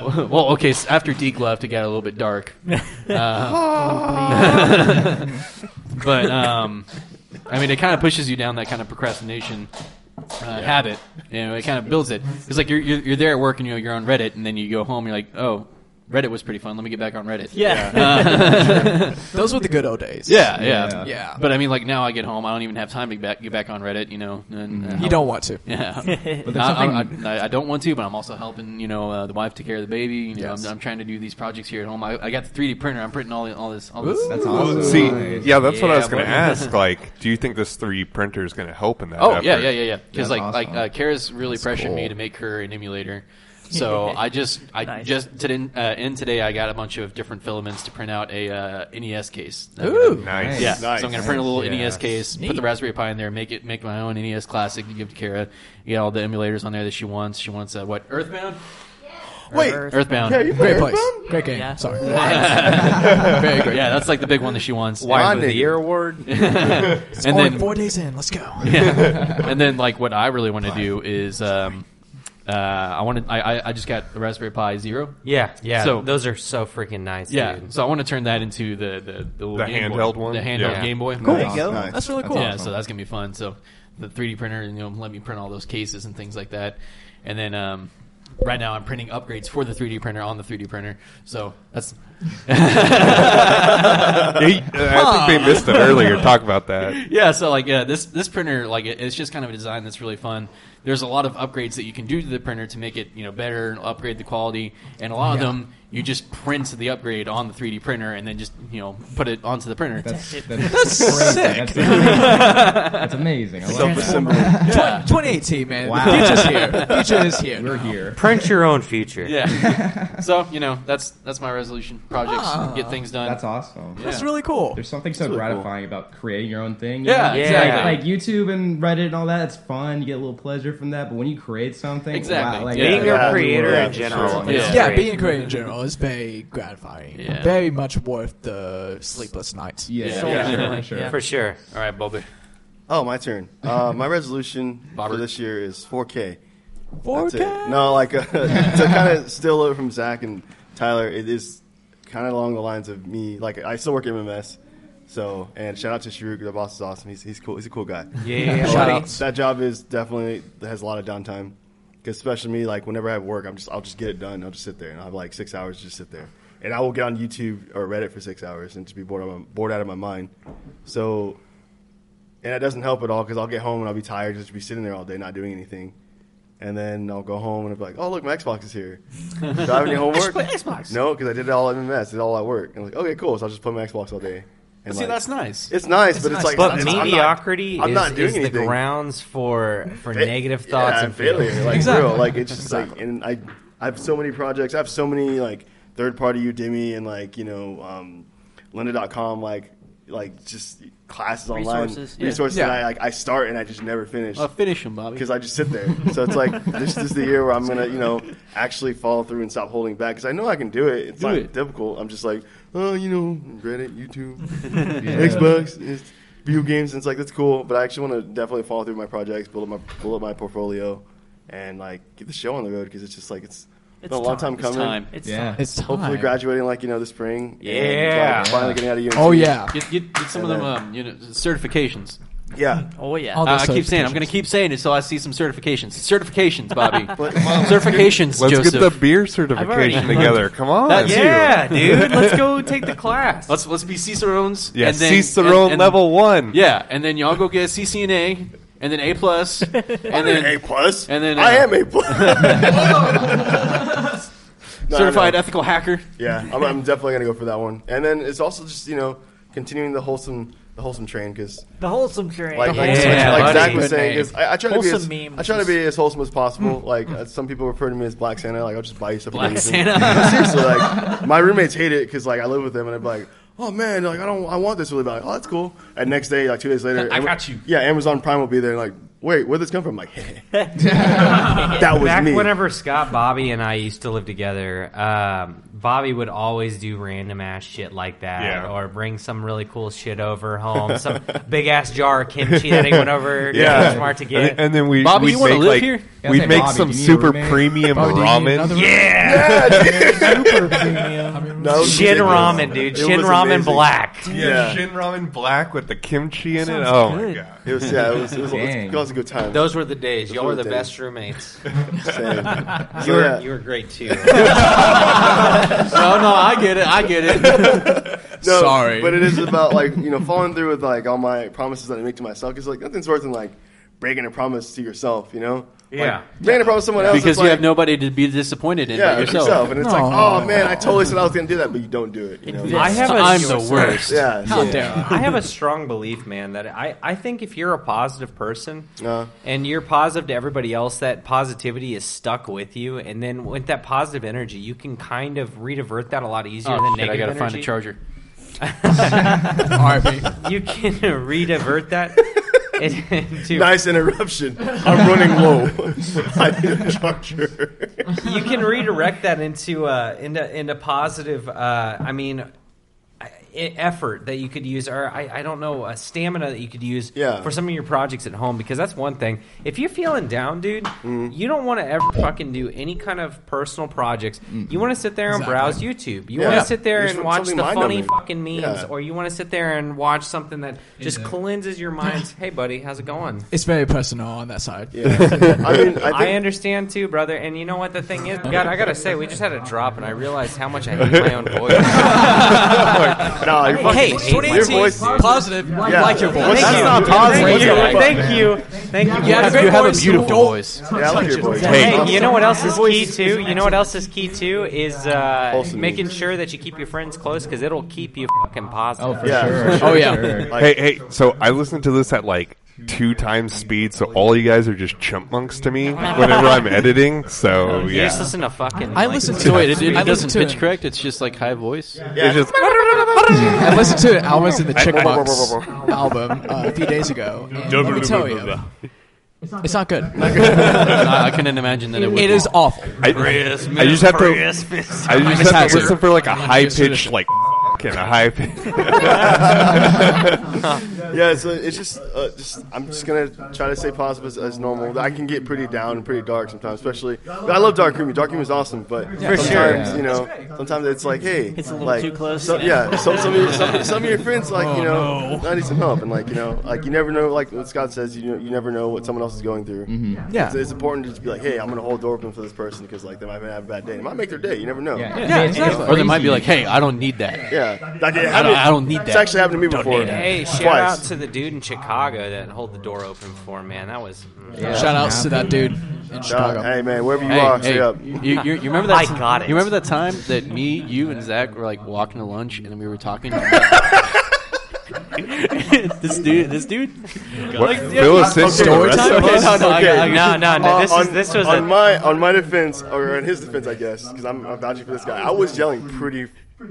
A: well, okay. So after Deke left, it got a little bit dark. Uh, but um, I mean, it kind of pushes you down that kind of procrastination. Uh, Habit, you know, it kind of builds it. It's like you're, you're you're there at work and you know you're on Reddit, and then you go home. You're like, oh, Reddit was pretty fun. Let me get back on Reddit.
F: Yeah.
B: those were the good old days.
A: Yeah, yeah,
E: Yeah.
B: Yeah.
A: But I mean, like now I get home, I don't even have time to get back, get back on Reddit. You know, and, uh,
B: you don't want to.
A: Yeah,
E: But
A: I,
E: there's
A: I-
E: something-
A: I- I don't want to, but I'm also helping you know uh, the wife take care of the baby. You know,
B: Yes.
A: I'm, I'm trying to do these projects here at home. I, I got the 3D printer. I'm printing all the- all this all this.
E: That's
G: Well,
E: awesome.
G: see,
E: Nice.
G: yeah, that's what I
D: Yeah,
G: was going to
D: but-
G: ask. Like, do you think this three printer is going to help in that?
A: Oh
G: effort?
A: yeah, yeah, yeah, yeah. Because
E: That's
A: like
E: awesome.
A: like uh, Kara's really pressured me
E: cool.
A: to make her an emulator. So I just I
F: Nice.
A: just today uh, in today I got a bunch of different filaments to print out a uh, NES case.
B: Ooh.
G: Nice.
A: Yeah,
C: Nice.
A: so I'm gonna print a little
E: Nice.
A: NES
E: Yes.
A: case, put the
B: Neat.
A: Raspberry Pi in there, make it make my own NES classic to give to Kara. Get all the emulators on there that she wants. She wants uh, what Earthbound,
C: Wait.
F: Earth-
A: Earthbound.
C: Yeah, you play
B: Great place.
C: Earthbound?
B: Great game.
F: Yeah.
B: Sorry.
A: Very great. Yeah, that's like the big one that she wants.
D: Wine of
C: My
D: the
C: nigga.
D: Year Award.
A: And
B: Only
A: then
B: four days in. Let's go.
A: yeah. and then like what I really want to do is um, uh, I wanted I, I I just got the Raspberry Pi Zero.
D: Yeah, yeah.
A: So-
D: those are so freaking nice.
A: Yeah,
D: dude.
A: so I want to turn that into the the the, little
G: The
A: Game Boy.
G: handheld one?
A: the handheld
D: Yeah.
A: Game Boy.
E: There
C: you go. Nice.
B: That's really cool.
A: Yeah, so that's gonna be fun. So the 3D printer, you know, let me print all those cases and things like that. And then um, right now I'm printing upgrades for the 3D printer on the 3D printer. So that's
G: He- I think they missed it earlier. Talk about that.
A: yeah. So like yeah, this this printer like it, it's just kind of a design that's really fun. There's a lot of upgrades that you can do to the printer to make it you know better and upgrade the quality. And a lot of them you just print the upgrade on the 3D printer and then just you know put it onto the printer.
E: That's that's,
B: sick.
E: That's amazing. That's amazing. I love that.
C: Self-assembly.
B: 2018, man.
E: Wow.
B: The future's here. The future is here.
E: We're here.
D: Print your own future.
A: yeah. so you know that's that's my resolution. Projects
D: Oh.
B: Ah.
A: get things done.
E: That's awesome.
B: That's really cool.
E: There's something so gratifying about creating your own thing. you
A: Yeah,
D: Yeah.
E: know? Like,
A: exactly.
E: like YouTube and Reddit and all that, it's fun. You get a little pleasure from that. But when you create something,
A: Exactly.
E: wow, like,
A: Yeah.
D: Being
E: yeah.
C: Yeah.
D: a creator
C: Yeah,
D: in
C: for
D: general.
A: sure.
D: is
A: Yeah.
B: yeah,
D: great.
B: being great in general is very gratifying.
A: Yeah.
B: Very much worth the sleepless nights.
E: Yeah,
A: Yeah.
E: sure, for sure.
F: Yeah.
D: for sure. All right, Bobby.
C: Oh, my turn. Uh, my resolution
A: Robert.
C: for this year is 4K. That's
B: 4K.
C: it. No, like uh, to kind of steal it from Zach and Tyler, it is kind of along the lines of me. Like I still work at MMS, so and shout out to Sharuk, the boss is awesome. He's he's cool. He's a cool guy.
D: Yeah.
B: Shout
C: Like,
B: outs.
C: That job is definitely has a lot of downtime. 'Cause especially me, like whenever I have work, I'm just I'll just get it done. I'll just sit there and I'll have like six hours to just sit there, and I will get on YouTube or Reddit for six hours and just be bored out of my, bored out of my mind. So, and it doesn't help at all because I'll get home and I'll be tired, just be sitting there all day not doing anything. And then I'll go home and I'll be like, "Oh, look, my Xbox is here. Do I have any homework? Xbox. No, because I did it all at MMS, did it all at work. And I'm like, okay, cool. So I'll just play my Xbox all day. And
A: See,
C: like-
A: that's nice.
C: it's nice, but
B: nice,
C: it's like
D: But
C: it's- I'm not-
D: mediocrity
C: I'm not
D: is,
C: doing
D: is the
C: anything.
D: grounds for for
C: Fa-
D: negative thoughts
C: yeah,
D: and feelings.
C: failure. Like
B: Exactly.
C: real, like it's just like, and I, I have so many projects. I have so many like third party Udemy and like you know, um, Lynda.com like like just classes online
F: Resources, yeah.
C: resources.
B: Yeah.
C: And I like I start and I just never finish
A: I'll finish him, Bobby.
C: because I just sit there. So it's like this is the year where I'm gonna, you know, actually follow through and stop holding back because I know I can do it. It's
A: Do
C: not
A: it.
C: difficult. I'm just like, oh, you know, Reddit, YouTube, Xbox, it's video games. And it's like that's cool, but I actually want to definitely follow through with my projects, build up my build up my portfolio, and like get the show on the road because it's just like it's
F: It's
C: been a long time
A: It's
C: coming.
A: time.
F: It's
E: Yeah.
F: time.
B: It's time.
C: Hopefully, graduating like you know this spring. and,
D: Yeah.
C: like, finally getting out of UNC.
B: Oh yeah.
A: Get, get, get some of them, um, you know, certifications.
C: yeah.
F: Oh yeah.
B: All
A: Uh,
B: those
A: I keep saying, I'm
B: certifications.
A: going to keep saying it until I see some certifications. Certifications, Bobby.
C: But-
A: certifications,
G: Let's
A: Joseph.
G: get the beer
F: already-
G: certification together. Come on.
A: That too.
D: Yeah, dude. Let's go take the class.
A: let's let's be Cicerones.
G: Yeah,
A: and then-
G: Cicerone
A: and- and-
G: level one.
A: Yeah, and then y'all go get a CCNA, and then A plus, and then
C: A plus.
A: and then,
C: I
A: uh,
C: am A plus. No,
A: certified
C: no.
A: ethical hacker.
C: Yeah, I'm, I'm definitely gonna go for that one. And then it's also just you know continuing the wholesome the wholesome train because
F: the wholesome train.
C: like like,
D: Yeah,
C: like
D: buddy.
C: Zach was
A: Good
C: saying
A: name.
C: is I, I try to be as,
F: Wholesome memes.
C: I try to be as wholesome as possible. Like uh, some people refer to me as Black Santa. Like I'll just buy you something.
A: Black
C: to eat.
A: Santa.
C: Seriously, like my roommates hate it because like I live with them and I'm like. Oh man, like I don't, I want this really bad. Like, oh, that's cool. And next day, like two days later,
A: I
C: Am-
A: got you.
C: Yeah, Amazon Prime will be there. Like, wait, where'd this come from? Like, that was
D: Back
C: me.
D: whenever Scott, Bobby, and I used to live together, um, Bobby would always do random ass shit like that,
G: Yeah.
D: or bring some really cool shit over home, some big ass jar of kimchi that he went over to
G: Yeah.
D: Walmart to
G: And,
D: get.
G: and then we
A: Bobby,
G: we'd
A: you
G: make
A: wanna live
G: like
A: here?
E: Yeah,
G: we'd
E: say,
G: make
E: Bobby,
G: some
E: do you need a
G: super
E: roommate?
G: premium
B: Oh, do you need another one?
G: ramen.
D: yeah,
B: Super premium. I mean,
C: That was
D: shin
C: ridiculous.
D: ramen, dude.
C: It
D: Shin
C: was
D: ramen
C: amazing.
D: black.
C: Yeah.
G: Shin ramen black with the kimchi in it. Oh my god.
C: It was yeah, it was, it was,
E: Dang.
C: it was a good time.
D: Those were the days. Y'all
C: were
D: were the
C: the
D: best roommates.
C: Same.
D: You were,
C: yeah.
D: you were great too.
A: no, no, I get it. I get it.
C: No,
B: Sorry.
C: But it is about like you know following through with like all my promises that I make to myself. Because like nothing's worse than like breaking a promise to yourself. You know.
D: yeah.
C: Breaking a promise to someone else
A: because
C: it's
A: you
C: like,
A: have nobody to be disappointed in
C: yeah
A: but
C: it's
A: yourself.
C: yourself, and it's like
B: No.
C: oh man, I totally said I was gonna do that, but you don't do it. You know.
F: Yeah.
D: I have a
A: I'm the worst.
C: Yeah.
B: How
C: so-
B: dare
D: I have a strong belief, man, that I, I think if you're a positive person
C: Uh.
D: and you're positive to everybody else, that positivity is stuck with you. And then with that positive energy, you can kind of redivert that a lot easier
A: Oh,
D: than
A: shit,
D: negative
A: I gotta
D: energy.
A: find a charger.
B: RIP.
D: You can redivert that into
C: Nice interruption. I'm running low. I need a charger.
D: you can redirect that into uh, into into positive. Uh, I mean. I- e, Effort that you could use, or I, I don't know, a stamina that you could use
C: Yeah.
D: for some of your projects at home, because that's one thing. If you're feeling down, dude,
C: Mm-hmm.
D: you don't want to ever fucking do any kind of personal projects. You want to sit there and browse YouTube. You want
C: Mm-hmm. Yeah.
D: to sit there
C: You just
D: and
C: want
D: watch the
C: something
D: funny
C: mind-numbing.
D: fucking memes,
C: Yeah.
D: or you want to sit there and watch something that just cleanses your mind. hey, buddy, how's it going?
B: It's very personal on that side.
C: Yeah. I mean, I think
D: I understand too, brother. And you know what the thing is? God, I gotta say, we just had a drop, and I realized how much I hate my own voice.
C: no, you're fucking,
D: Hey,
C: your
D: 2018
C: voice.
B: Positive. You
C: Yeah.
B: like your voice.
C: That's
D: you.
C: not positive.
D: Thank
C: What's
D: you.
C: that about?
D: Thank you. Thank you.
B: You have a
A: you
B: good
A: have
B: voice,
A: a beautiful
B: don't-
A: voice.
C: Yeah, I like your voice.
D: Hey, you know what else is key too? You know what else is key too is uh,
C: Wholesome
D: making
C: means.
D: sure that you keep your friends close because it'll keep you fucking
E: Oh,
D: positive.
E: for
C: Yeah.
E: sure.
B: Oh, yeah.
E: Sure.
G: Hey, hey, so I listened to this at like two times speed, so all you guys are just chipmunks to me whenever I'm editing. So
D: You just
G: yeah.
D: listen to fucking.
B: I
D: like,
B: listened
A: So
B: to
A: wait,
B: it.
A: it, it
B: I
A: doesn't
B: listened to
A: pitch
B: it.
A: correct. It's just like high voice.
C: Yeah, just
B: I listened to an Almonds and the Chickbucks album uh, a few days ago. And let me tell you, it's not good.
A: I, I couldn't imagine that it would.
B: It
A: be.
B: is awful.
G: I, I just have to. I just have to
B: Fantastic.
G: listen for like a high pitch, like and a high pitch.
C: Yeah, so it's just, uh, just I'm just gonna try to stay positive as, as normal. I can get pretty down and pretty dark sometimes, especially. But I love dark humor. Dark humor is awesome, but sometimes
E: sure.
C: you know, sometimes it's like, hey,
F: It's a little
C: like,
F: too close.
C: So, yeah, some, some, of your, some, some of your friends
A: Oh,
C: like you know, I need some help, and like you know, like you never know, like what Scott says, you know, you never know what someone else is going through.
A: Mm-hmm.
B: Yeah.
C: It's, it's important to just be like, hey, I'm gonna hold the door open for this person because like they might have a bad day, they might make their day. You never know.
E: Yeah,
B: Yeah,
E: it's- it's
B: exactly.
A: Or they might be
E: crazy.
A: like, hey, I don't need that.
C: Yeah. Like, it
A: I
C: happened-
A: don't, I don't need that.
C: It's actually happened to me before.
D: Hey,
C: twice.
D: shout out to the dude in Chicago that held the door open for man. That was. mm.
B: Shout outs to that dude in
C: Shout out.
B: Chicago.
C: Hey man, wherever you
A: Hey,
C: are,
A: hey,
C: stay up.
A: You, you, you remember that?
D: I
A: ti-
D: got it.
A: You remember that time that me, you, and Zach were like walking to lunch and we were talking. this dude, this dude.
G: What, fill us in for the
B: Story
G: rest
B: time?
G: of
B: Okay,
G: us.
B: no, no, I got- I got-
D: No, no, no.
C: Uh,
D: This
C: on,
D: is this was
C: on
D: a
C: my on my defense or on his defense, I guess, because I'm, I'm vouching for this guy. I was yelling pretty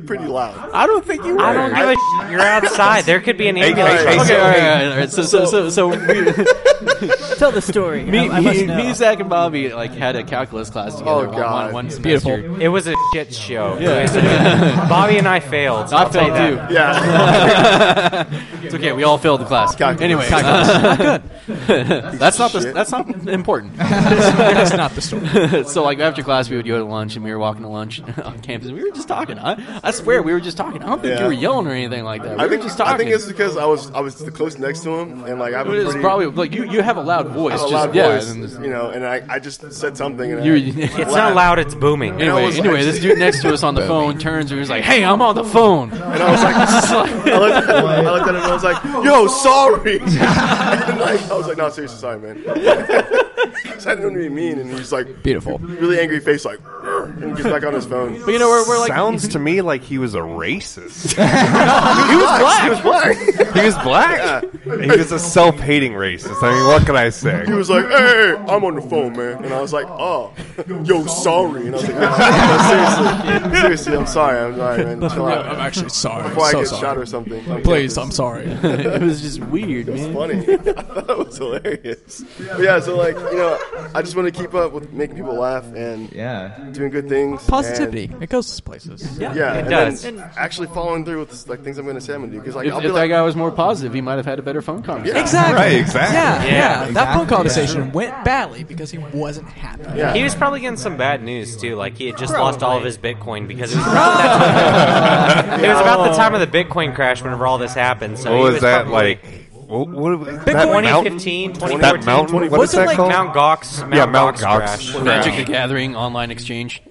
C: pretty loud.
H: I don't think you were.
D: I don't give a sh- You're outside. There could be an
G: Hey,
D: ambulance.
G: hey, hey,
A: Okay,
G: so-
A: all right, all right, all right. So, so, so, so we,
F: Tell the story.
A: me,
F: I, I must
A: me,
F: know.
A: me, Zach, and Bobby like had a calculus class together.
C: Oh,
A: one-
C: God.
A: one, one semester.
B: Beautiful.
D: It was a shit show. Bobby and I failed.
A: I
D: I'll tell you
A: failed
D: that.
A: too.
C: Yeah,
A: It's okay. We all failed the class.
C: Calculus.
A: Anyway, uh, that's not the,
C: Shit.
A: that's not important.
B: That's not the story.
A: so like after class, we would go to lunch, and we were walking to lunch on campus, and we were just talking. I, I swear, we were just talking. I don't think
C: Yeah.
A: you were yelling or anything like that. We
C: I think
A: were just talking.
C: I think it's because I was I was the close next to him, and like I
A: It
C: was
A: was
C: pretty,
A: probably like you, you have a loud voice.
C: I had a
A: just,
C: loud
A: yeah,
C: voice,
A: and then-
C: you know, and I, I just said something. And I
A: You-
D: It's
A: it's
D: not
C: laughed.
D: loud. It's booming.
A: Anyway,
C: I was
A: anyway,
C: like-
A: this dude next to us on the phone turns and he was like, "Hey, I'm on the phone."
C: And I was like, I looked, at him, I looked at him and I was like, yo, sorry. and like, I was like, no, seriously, sorry, man. 'Cause I didn't want to be mean. And he's like,
B: Beautiful.
C: really angry face, like, "Grr," and gets back on his phone.
A: But you know, we're, we're like,
G: Sounds to me like he was a racist.
C: he was black. He was black.
G: He was black. He was a self-hating racist. I mean, what can I say?
C: He was like, hey, I'm on the phone, man. And I was like, oh, yo, sorry. And I was like, no, seriously, seriously, I'm sorry. I'm sorry, man. Chill out.
B: I'm actually sorry.
C: Before I
B: So
C: get shot
B: sorry.
C: or something. on
B: Please,
C: campus.
B: I'm sorry.
A: it was just weird, man.
C: funny. I thought it was hilarious. But yeah, so like you know, I just want to keep up with making people laugh and
E: Yeah.
C: doing good things.
B: Positivity. It goes places.
C: And, yeah,
D: It
C: and
D: does.
C: Then actually following through with like things I'm going to say I'm going to do because like
A: If,
C: I'll
A: if
C: be
A: that
C: like,
A: guy was more positive, he might have had a better phone conversation.
C: Yeah.
B: Exactly.
G: Right, exactly.
B: Yeah, yeah. That phone
E: exactly.
B: conversation went badly because he wasn't happy.
C: yeah.
D: He was probably getting some bad news too. Like he had just lost all of his Bitcoin because it was around that time. it was about the time of the Bitcoin crash whenever all this happened. So
G: What
D: he
G: was,
D: was
G: that
D: probably-
G: like? What, what, that mountain?
D: 2015, 2014,
G: That mountain? What is
B: Wasn't
G: that
B: like
G: called?
D: Mount Gox. Mount
G: yeah, Mount
D: Gox,
G: Gox.
D: crash.
A: Magic the Gathering online exchange.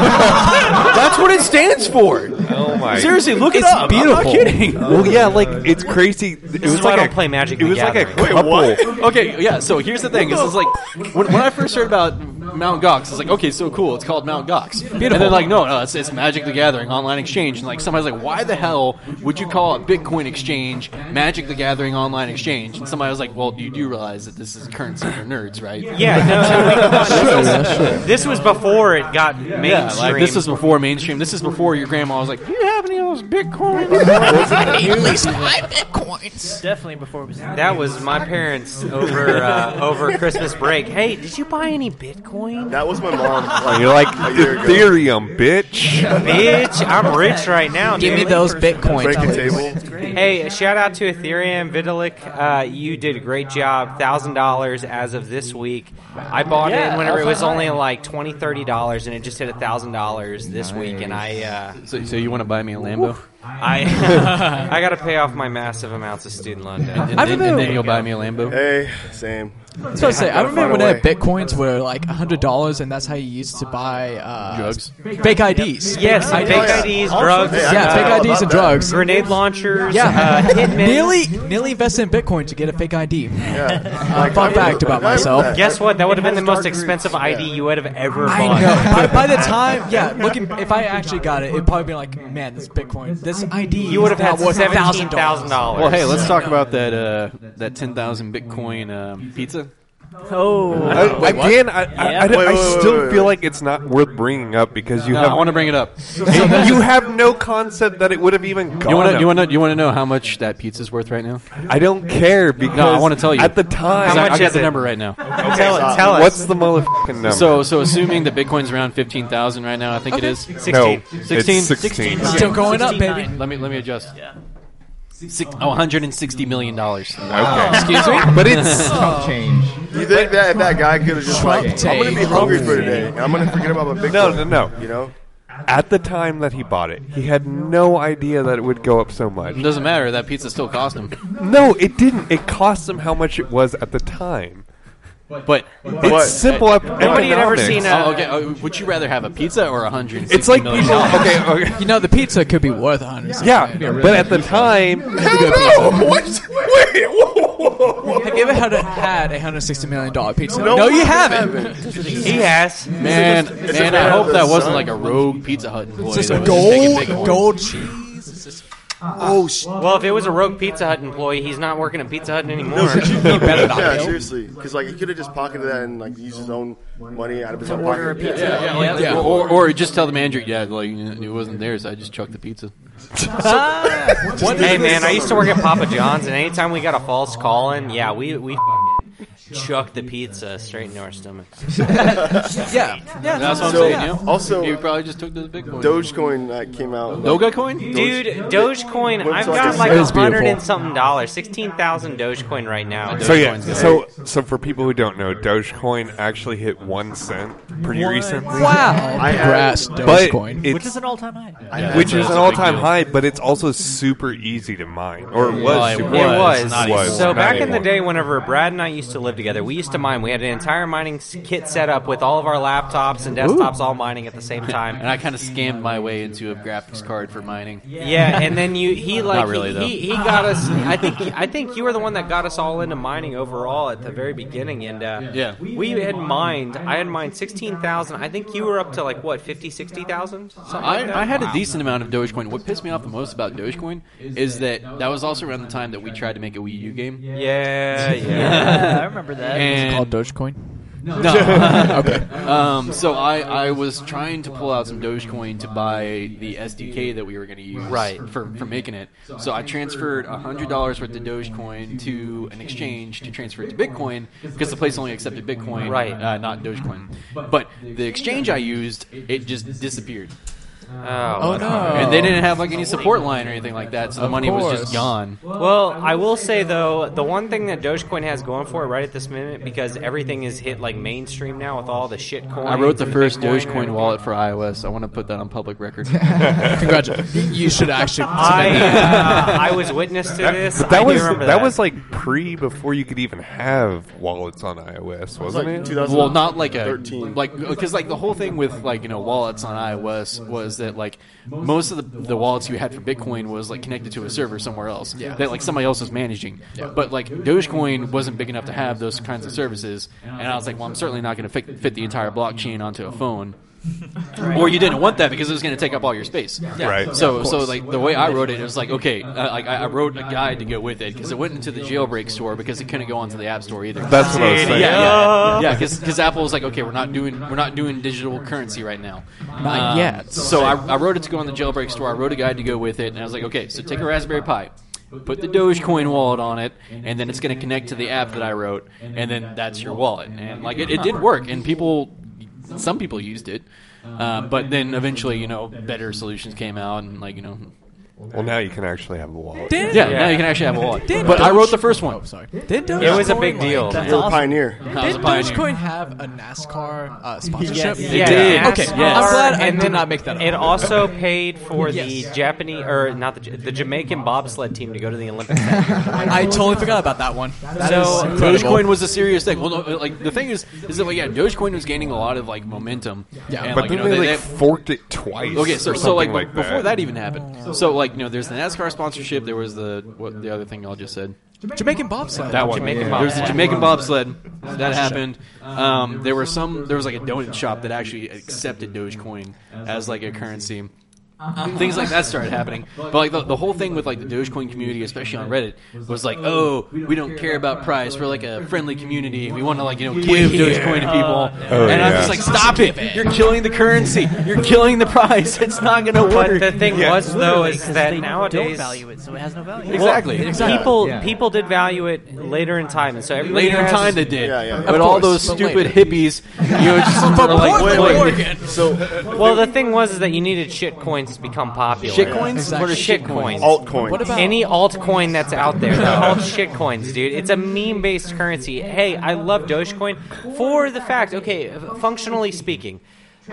A: That's what it stands for.
G: Oh my!
A: Seriously, look it
B: It's
A: up. I'm
B: beautiful.
A: not kidding.
G: Well, yeah, like it's crazy. It
D: This
G: was
D: is why I
G: like
D: don't
G: a,
D: play Magic
G: It
D: the
G: was like a
D: Gathering.
G: couple.
A: Okay, yeah. So here's the thing: is it's like when, when I first heard about Mount Gox, it's like, okay, so cool. It's called Mount Gox. And they're like, no, no, it's, it's Magic the Gathering online exchange. And like somebody's like, why the hell would you call it Bitcoin exchange Magic the Gathering online exchange? And somebody was like, well, you do realize that this is currency for nerds, right?
D: Yeah, no, no, this, was, this was before it got mainstream.
A: Yeah, like this is before mainstream. This is before your grandma was like, "You have any of those Bitcoin?"
F: Definitely before it was.
D: that was my parents over uh, over Christmas break. Hey, did you buy any Bitcoin?
C: that was my mom. Like,
G: You're like
C: A year ago.
G: Ethereum, bitch.
D: Bitch, I'm rich right now.
B: Give me
D: dude.
B: those bitcoins,
C: breaking
B: please.
C: table.
D: Hey, shout out to Ethereum Vitalik. Uh, you did a great job. Thousand dollars as of this week. I bought it whenever it was only like twenty, thirty dollars, and it just hit thousand dollars this week. And I, uh,
A: So, so you want to buy me a Lambo?
D: I, I got to pay off my massive amounts of student loan debt.
A: And,
B: I
A: then,
B: remember-
A: and then you'll buy me a Lambo.
C: Hey, same.
B: I was about to say, I
C: Gotta
B: remember when
C: find
B: they
C: a
B: had bitcoins were like hundred dollars, and that's how you used to buy uh,
A: Drugs.
B: fake IDs.
D: Yes,
B: Fake
D: fake IDs, drugs,
C: Hey, I
B: Yeah,
C: forgot
D: uh,
B: fake
C: all
B: IDs
C: about that.
B: and drugs.
D: grenade launchers,
B: Yeah.
D: uh, hitmen.
B: Nearly, nearly invested in Bitcoin to get a fake ID.
C: Yeah.
B: Uh, fun fact about myself.
D: Guess what? That would have been the
F: has
D: most
F: dark roots.
D: expensive ID you would have ever
B: I
D: bought.
B: know. By, by the time, yeah, looking, if I actually got it, it'd probably be like, man, this Bitcoin, this ID,
D: You would have had
B: thousand
D: seventeen thousand
B: dollars.
D: dollars.
A: Well, hey, let's talk about that uh, that ten thousand Bitcoin um, pizza.
F: Oh,
G: Uh, Again, I, I, I,
F: Yeah.
G: don't-
C: Wait,
G: I
C: wait, wait,
G: still
C: wait, wait.
G: feel like it's not worth bringing up because you
A: No, I
G: have
A: want to bring it up.
G: you have no concept that it would have even gone.
A: You want to
G: up.
A: you want to you want to know how much that pizza's worth right now?
G: I don't care because
A: No, I want to tell you
G: at the time.
D: How
A: I,
D: much
A: I got
D: is
A: the
D: it?
A: number right now.
D: tell it. Tell us.
G: What's the motherfucking number?
A: So so assuming that Bitcoin's around fifteen thousand right now, I think it is.
G: no,
D: 16.
G: it's 16.
B: Still going up, baby.
F: 69.
A: Let me let me adjust.
F: Yeah.
A: Six, oh, 160 million dollars.
G: Okay,
A: Excuse me.
G: but it's
E: Change.
C: You think that that guy could have just like, I'm going to be hungry for today. And I'm going to forget about my big
G: no, no, no.
C: You know?
G: At the time that he bought it, he had no idea that it would go up so much.
A: It doesn't matter. That pizza still cost him.
G: No, it didn't. It cost him how much it was at the time.
A: But
G: It's simple ep-
D: Nobody had ever
G: economics.
D: seen a-
A: oh, okay. Oh, would you rather have a pizza or 160
G: It's like
A: million
G: people.
A: dollars?
G: Okay, okay.
B: You know, the pizza could be worth a hundred.
G: Yeah, but at the time,
C: Hell no! What? Wait, whoa, whoa, whoa.
B: Have you ever had a, had a hundred sixty million dollar pizza?
C: No, I
B: No, you haven't.
D: He has.
A: Man, man,
C: man
A: I hope
C: of
A: that
C: the
A: wasn't
C: sun?
A: like a rogue Pizza Hut employee.
B: It's just
A: that
B: a
A: was just making
B: gold,
A: Bitcoin.
B: gold cheese. It's just
C: Oh, sh-
D: Well, if it was a rogue Pizza Hut employee, he's not working at Pizza Hut anymore.
C: yeah, seriously. Because like he could have just pocketed that and like used his own money out of his own
D: Order a
C: pocket.
D: pizza. Yeah,
A: Yeah, or, or just tell the manager, yeah, like it wasn't there, so I just chucked the pizza.
D: Hey man, I used to work at Papa John's, and anytime we got a false call in, yeah, we we f***ing chucked the pizza straight into our stomachs.
B: Yeah, yeah,
A: That's what I'm
C: So-
A: saying. You know?
C: also,
A: he probably just took those Bitcoin.
C: Dogecoin uh, came out. like,
A: Doga coin?
D: Dude, Dogecoin, I've got like a hundred and something dollars, sixteen thousand Dogecoin right now.
G: So yeah, so so for people who don't know, Dogecoin actually hit one cent pretty recently.
B: Wow,
C: I had-
B: grass
G: But
B: Dogecoin.
G: it's
F: which is an all-time high.
C: I had
G: which
C: that.
G: is an
A: a big
G: all-time
A: deal.
G: high, but it's also super easy to mine, or it was.
A: Well, it
G: super
D: It
A: was.
D: was.
A: Not
G: was.
D: So
G: Not
D: back in
G: anymore.
D: the day, whenever Brad and I used to live together, we used to mine. We had an entire mining s- kit set up with all of our laptops and desktops all mining at the same
A: And
D: time.
A: I kind of scammed my way into a graphics card for mining.
D: Yeah, and then you he like
A: Not really,
D: he-
A: though.
D: he, he got us. I think I think you were the one that got us all into mining overall at the very beginning. And uh,
A: Yeah.
D: we had mined. I had mined sixteen thousand. I think you were up to like what 50, 60,000? Something like that?
A: I, I had a decent amount of Dogecoin. What pissed me off the most about Dogecoin is that that was also around the time that we tried to make a Wii U game.
D: Yeah, yeah.
F: Yeah, I remember that.
A: And
B: Called Dogecoin.
A: No. okay. Um, so I, I was trying to pull out some Dogecoin to buy the SDK that we were going to use
D: Right.
A: for, for making it. So I transferred $100 worth of Dogecoin to an exchange to transfer it to Bitcoin because the place only accepted Bitcoin,
D: Right.
A: uh, not Dogecoin. But the exchange I used, it just disappeared.
D: Oh,
A: And they didn't have like any support line or anything like that, so the money was
B: course.
A: just gone.
D: Well, I will say though, the one thing that Dogecoin has going for it right at this minute, because everything is hit like mainstream now with all the shit coins.
A: I wrote the
D: and
A: first
D: Bitcoin and
A: Dogecoin
D: everything.
A: wallet for iOS. I want to put that on public record.
B: Congratulations. you should actually.
D: I, uh, I was witness to this.
G: But
D: I
G: that
D: do
G: was that,
D: remember that
G: was like pre before you could even have wallets on iOS,
C: It was
G: wasn't
C: like
G: it?
C: 2000.
A: Well, not like a
C: 13.
A: like because like the whole thing with like you know wallets on iOS was that like most of the, the wallets you had for Bitcoin was like connected to a server somewhere else that like somebody else was managing. But like Dogecoin wasn't big enough to have those kinds of services, and I was like, well, I'm certainly not going to fit, fit the entire blockchain onto a phone. or you didn't want that because it was going to take up all your space.
G: Right.
A: So, so like the way I wrote it, it was like okay, uh, like I I wrote a guide to go with it because it went into the jailbreak store because it couldn't go onto the app store either.
G: That's what I was saying.
B: Uh,
A: Yeah, yeah, yeah. Because Apple was like, okay, we're not doing we're not doing digital currency right now. Um,
B: Not yet.
A: So I, I wrote it to go on the jailbreak store. I wrote a guide to go with it, and I was like, okay, so take a Raspberry Pi, put the Dogecoin wallet on it, and then it's going to connect to the app that I wrote, and then that's your wallet. And like it, it did work, and people, some people used it, uh, but then eventually, you know, better solutions came out, and like you know.
G: Well, now you can actually have a wallet.
B: did,
A: Yeah, now you can actually have a wallet.
B: Did
A: But I wrote the
B: Doge- Oh,
A: first one.
B: sorry. Did Dogecoin,
D: It was a big
B: like-
D: deal.
C: You're a pioneer.
A: I was
B: Did
A: a pioneer.
B: Dogecoin have a NASCAR uh, sponsorship?
F: Yes.
A: It did.
B: Okay,
A: Yes.
B: I'm glad I
D: And
B: did
D: then
B: not make that up.
D: It also paid for the
B: Yes.
D: Japanese or not the J- the Jamaican bobsled team to go to the Olympics.
B: I totally forgot about that one. That
D: So,
B: is incredible.
A: Dogecoin was a serious thing. Well, no, like the thing is, is that like yeah, Dogecoin was gaining a lot of like momentum.
B: Yeah.
A: And, like,
G: But then
A: you know,
G: they,
A: they-
G: like
A: they-
G: forked it twice.
A: okay, so
G: or
A: so like,
G: something
A: be- before that
G: that
A: even happened, so like you know, there's the NASCAR sponsorship. There was the what the other thing y'all just said.
B: Jamaican bobsled.
A: That one.
D: Jamaican
A: There was the
D: bobsled.
A: Jamaican bobsled that happened. Um, there were some. There was like a donut shop that actually accepted Dogecoin as like a currency. Things like that started happening. But like the, the whole thing with like the Dogecoin community, especially on Reddit, was like, oh, we don't care about price. We're like a friendly community, and we want to like you know give Dogecoin to people.
G: Oh,
A: and I'm
G: yeah.
A: just like, stop it! You're killing the currency. You're killing the price. It's not gonna
D: But
A: work.
D: the thing
G: Yeah.
D: was though is
F: Because
D: that
F: they
D: nowadays
F: don't value it, so it has no value.
A: Exactly.
D: people
E: Yeah.
D: people did value it later in time, and so everybody
A: Later in
D: has-
A: time they did,
C: Yeah, yeah.
A: but
B: Of
A: all
B: course,
A: those
B: but
A: stupid
B: later.
A: hippies, you know, just were like,
B: Portland,
A: wait, wait,
B: Oregon.
D: Well, the thing was is that you needed shit coins to become popular.
A: Shit coins? Oh,
D: What are shit coins?
C: Altcoin.
B: What about
D: Any altcoin that's out there, they're called shitcoins, dude. It's a meme-based currency. Hey, I love Dogecoin for the fact. Okay, functionally speaking.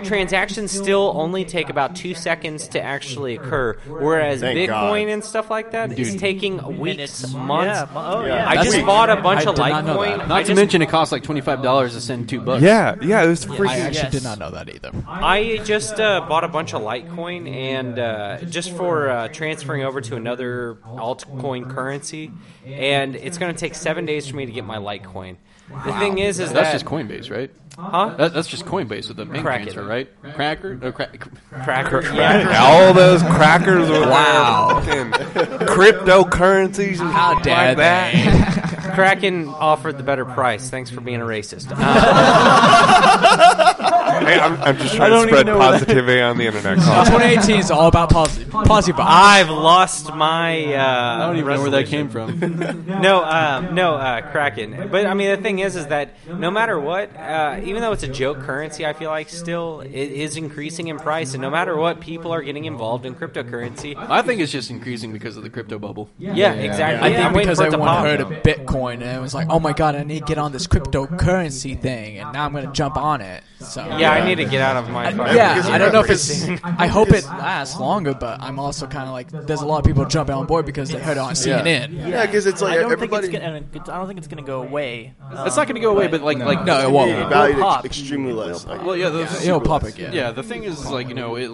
D: Transactions still only take about two seconds to actually occur, whereas
C: Thank
D: Bitcoin
C: God.
D: and stuff like that is taking weeks,
F: Minutes.
D: months.
F: Yeah, mo- oh,
C: Yeah.
F: yeah.
D: I
C: That's
D: just
C: weak.
D: bought a bunch
B: I
D: of
B: did not know that.
D: Litecoin.
B: Not
A: Not
D: I
A: to
D: just-
A: mention, it costs like twenty five dollars to send two bucks.
G: Yeah, yeah, it was
B: I
G: freaking.
B: actually
F: Yes.
B: did not know that either.
D: I just uh, bought a bunch of Litecoin and uh, just for uh, transferring over to another altcoin currency, and it's going to take seven days for me to get my Litecoin. The thing is, is
A: That's
D: that
A: just Coinbase, right?
D: huh?
A: That, that's just Coinbase with the bank
D: Crack it.
A: transfer, right? Cracker? No, crack.
D: Cracker. Yeah.
G: All those crackers with wow. cryptocurrencies and
B: How
G: shit
B: dare
G: like that.
D: Kraken offered the better price. Thanks for being a racist. Uh,
G: Hey, I'm, I'm just trying
D: don't
G: to
D: even
G: spread
D: know what that-
G: positivity on the internet. Colin.
B: 2018 is all about positive. Positive. vibes.
D: I've lost my. Uh,
A: I don't even know where that came from.
D: No, um, no, uh, Kraken. But I mean, the thing is, is that no matter what, uh, even though it's a joke currency, I feel like still it is increasing in price, and no matter what, people are getting involved in cryptocurrency.
A: I think it's just increasing because of the crypto bubble.
D: Yeah,
E: yeah.
D: exactly.
B: I think
D: I'm waiting
B: because
D: for it to
B: everyone
D: pop.
B: heard of Bitcoin and it was like, oh my god, I need to get on this cryptocurrency thing, and now I'm gonna jump on it. So
D: Yeah, I need to get out of my. fucking-
B: Yeah, I don't know if it's. I hope it lasts longer, but I'm also kind of like, there's a lot of people jumping on board because they heard it on CNN.
C: Yeah, because it's like
F: I don't
C: everybody.
F: think it's gonna. it's- I don't think it's gonna go away. Um,
A: It's not going to go away, but like, like
B: No, it
C: It
B: won't.
C: valued
F: It'll pop.
C: extremely less. Like,
A: Well, yeah, the,
B: It'll pop again.
A: yeah. The thing is, like you know, it,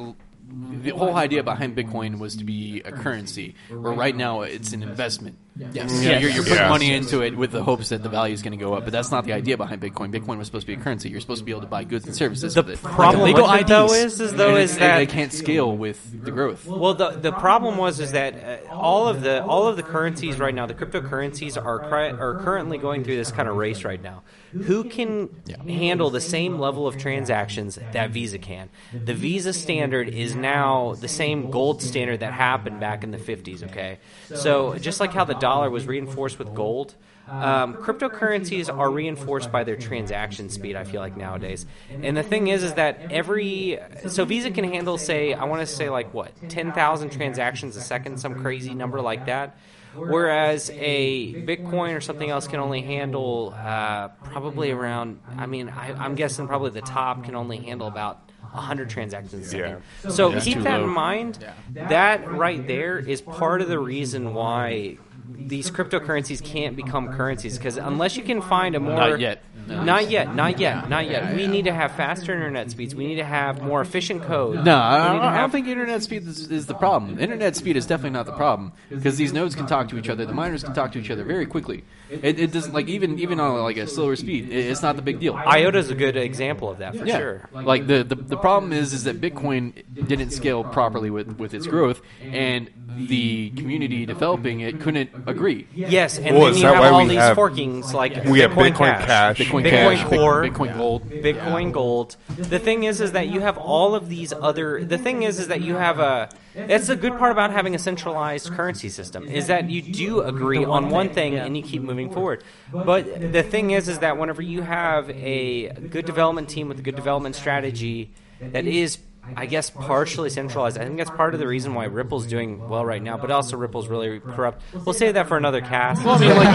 A: the whole idea behind Bitcoin was to be a currency. Where right now it's an investment.
B: Yes.
A: You know, you're, you're putting
G: Yes.
A: money into it with the hopes that the value is going to go up, but that's not the idea behind Bitcoin. Bitcoin was supposed to be a currency. You're supposed to be able to buy goods and services.
D: The
A: with it.
D: problem
A: Like illegal
D: with it, though,
A: IDs.
D: is- is though,
A: And
D: is
A: it-
D: that-
A: they can't scale with the growth.
D: Well, the the problem was is that uh, all of the all of the currencies right now, the cryptocurrencies are cri- are currently going through this kind of race right now. Who can handle the same level of transactions that Visa can? The Visa standard is now the same gold standard that happened back in the 50s, okay? So, just like how the dollar was reinforced with gold, um, cryptocurrencies are reinforced by their transaction speed. I feel like nowadays, and the thing is, is that every so Visa can handle say I want to say like what ten thousand transactions a second, some crazy number like that. Whereas a Bitcoin or something else can only handle uh, probably around. I mean, I, I'm guessing probably the top can only handle about. 100 transactions a second. So keep that in mind. That right there is part of the reason why these cryptocurrencies can't become currencies because unless you can find a more
A: Not yet. No.
D: not yet, not yet, not yet. we need to have faster internet speeds. We need to have more efficient code.
A: No, I
D: We
A: don't,
D: need to
A: I don't
D: have-
A: think internet speed is, is the problem. Internet speed is definitely not the problem because these nodes can talk to each other. The miners can talk to each other very quickly. It, it doesn't like even even on like a slower speed, it, it's not the big deal.
D: IOTA is a good example of that for
A: yeah.
D: sure.
A: Like the, the the problem is is that Bitcoin didn't scale properly with with its growth, and the community developing it couldn't agree.
D: Yes, and
G: Well,
D: then
G: is
D: you
G: that
D: have
G: why
D: all
G: we
D: these
G: have-
D: forkings like
G: We have
D: Bitcoin,
G: Bitcoin Cash.
A: Bitcoin,
D: Bitcoin
A: Cash, Bit-
D: Core.
A: Bitcoin Gold.
D: Bitcoin Gold. The thing is, is that you have all of these other. The thing is, is that you have a. That's the good part about having a centralized currency system is that you do agree on one thing and you keep moving forward. But the thing is, is that whenever you have a good development team with a good development strategy, that is. I guess partially centralized. I think that's part of the reason why Ripple's doing well right now, but also Ripple's really corrupt. We'll save that for another cast.
A: Well, I mean, like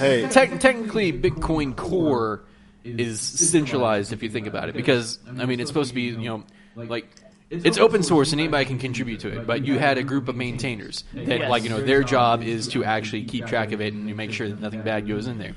C: hey,
A: Tec- technically, Bitcoin Core is centralized if you think about it, because I mean, it's supposed to be you know like it's open source and anybody can contribute to it. But you had a group of maintainers that like you know their job is to actually keep track of it and you make sure that nothing bad goes in there.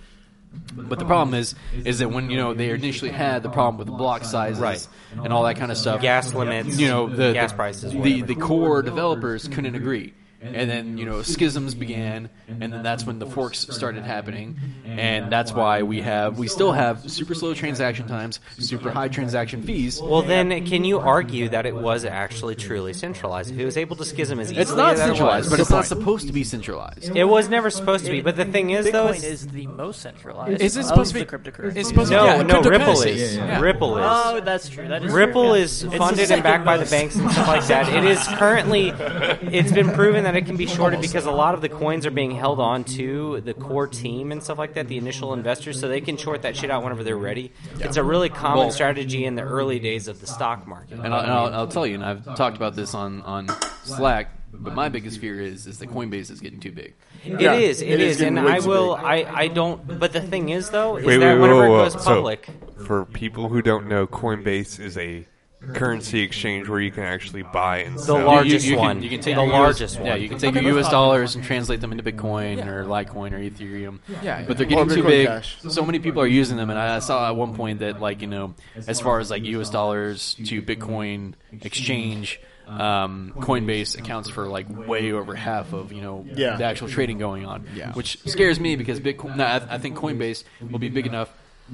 A: But the problem is, is that when you know they initially had the problem with the block sizes
D: Right.
A: and all that kind of stuff,
D: Gas limits,
A: you know, the
D: gas
A: the,
D: prices,
A: the
D: whatever.
A: the core developers couldn't agree, and then you know schisms began, and then that's when the forks started happening, and that's why we have we still have super slow transaction times, super high transaction fees.
D: Well, then, can you argue that it was actually truly centralized? If it was able to schism as easily
A: It's not
D: as it
A: centralized,
D: was.
A: but it's not supposed to be centralized.
D: it was never supposed to be. But the thing is, though,
F: Bitcoin
D: is,
F: is the most centralized.
B: Is it
F: of
B: supposed to
F: the
B: be-
F: cryptocurrency?
B: It's supposed
D: no,
B: to, yeah,
D: no, Ripple
B: cryptocurrency.
D: is.
B: Yeah.
D: Ripple is.
F: Oh, that's true. That is
D: Ripple
F: true.
D: is
F: It's the
D: funded and
F: second
D: backed by the
F: most.
D: banks and stuff like that. It is currently, it's been proven that it can be shorted because a lot of the coins are being held on to the core team and stuff like that, the initial investors, so they can short that shit out whenever they're ready. It's a really common
A: Well-
D: strategy in the early days of the stock market.
A: And, I'll, and I'll, I'll tell you, and I've talked about this on on Slack, but my biggest fear is is that Coinbase is getting too big.
C: Yeah,
D: It is,
C: it
D: it
C: is
D: is, and
C: getting way
D: I
C: too
D: will.
C: big.
D: I, I don't. But the thing is, though, is
G: Wait,
D: that
G: wait, whoa,
D: whenever
G: whoa,
D: it
G: whoa.
D: goes
G: So,
D: public,
G: for people who don't know, Coinbase is a currency exchange where you can actually buy and sell.
A: You- you-
D: largest
A: you can-
D: one.
A: you can take
D: The
A: your
D: largest
A: US,
D: one.
A: Yeah, you can take your U.S. dollars and translate them into Bitcoin or Litecoin or Ethereum.
B: Yeah,
A: but they're
C: Or
A: getting too
C: Bitcoin
A: big.
C: Cash.
A: So many people are using them, and I saw at one point that like you know, as far as like U.S. dollars to Bitcoin exchange. um, Coinbase accounts for like way over half of you know
C: Yeah.
A: the actual trading going on,
B: Yeah.
A: which scares me because Bitcoin. No, I, I think Coinbase will be big enough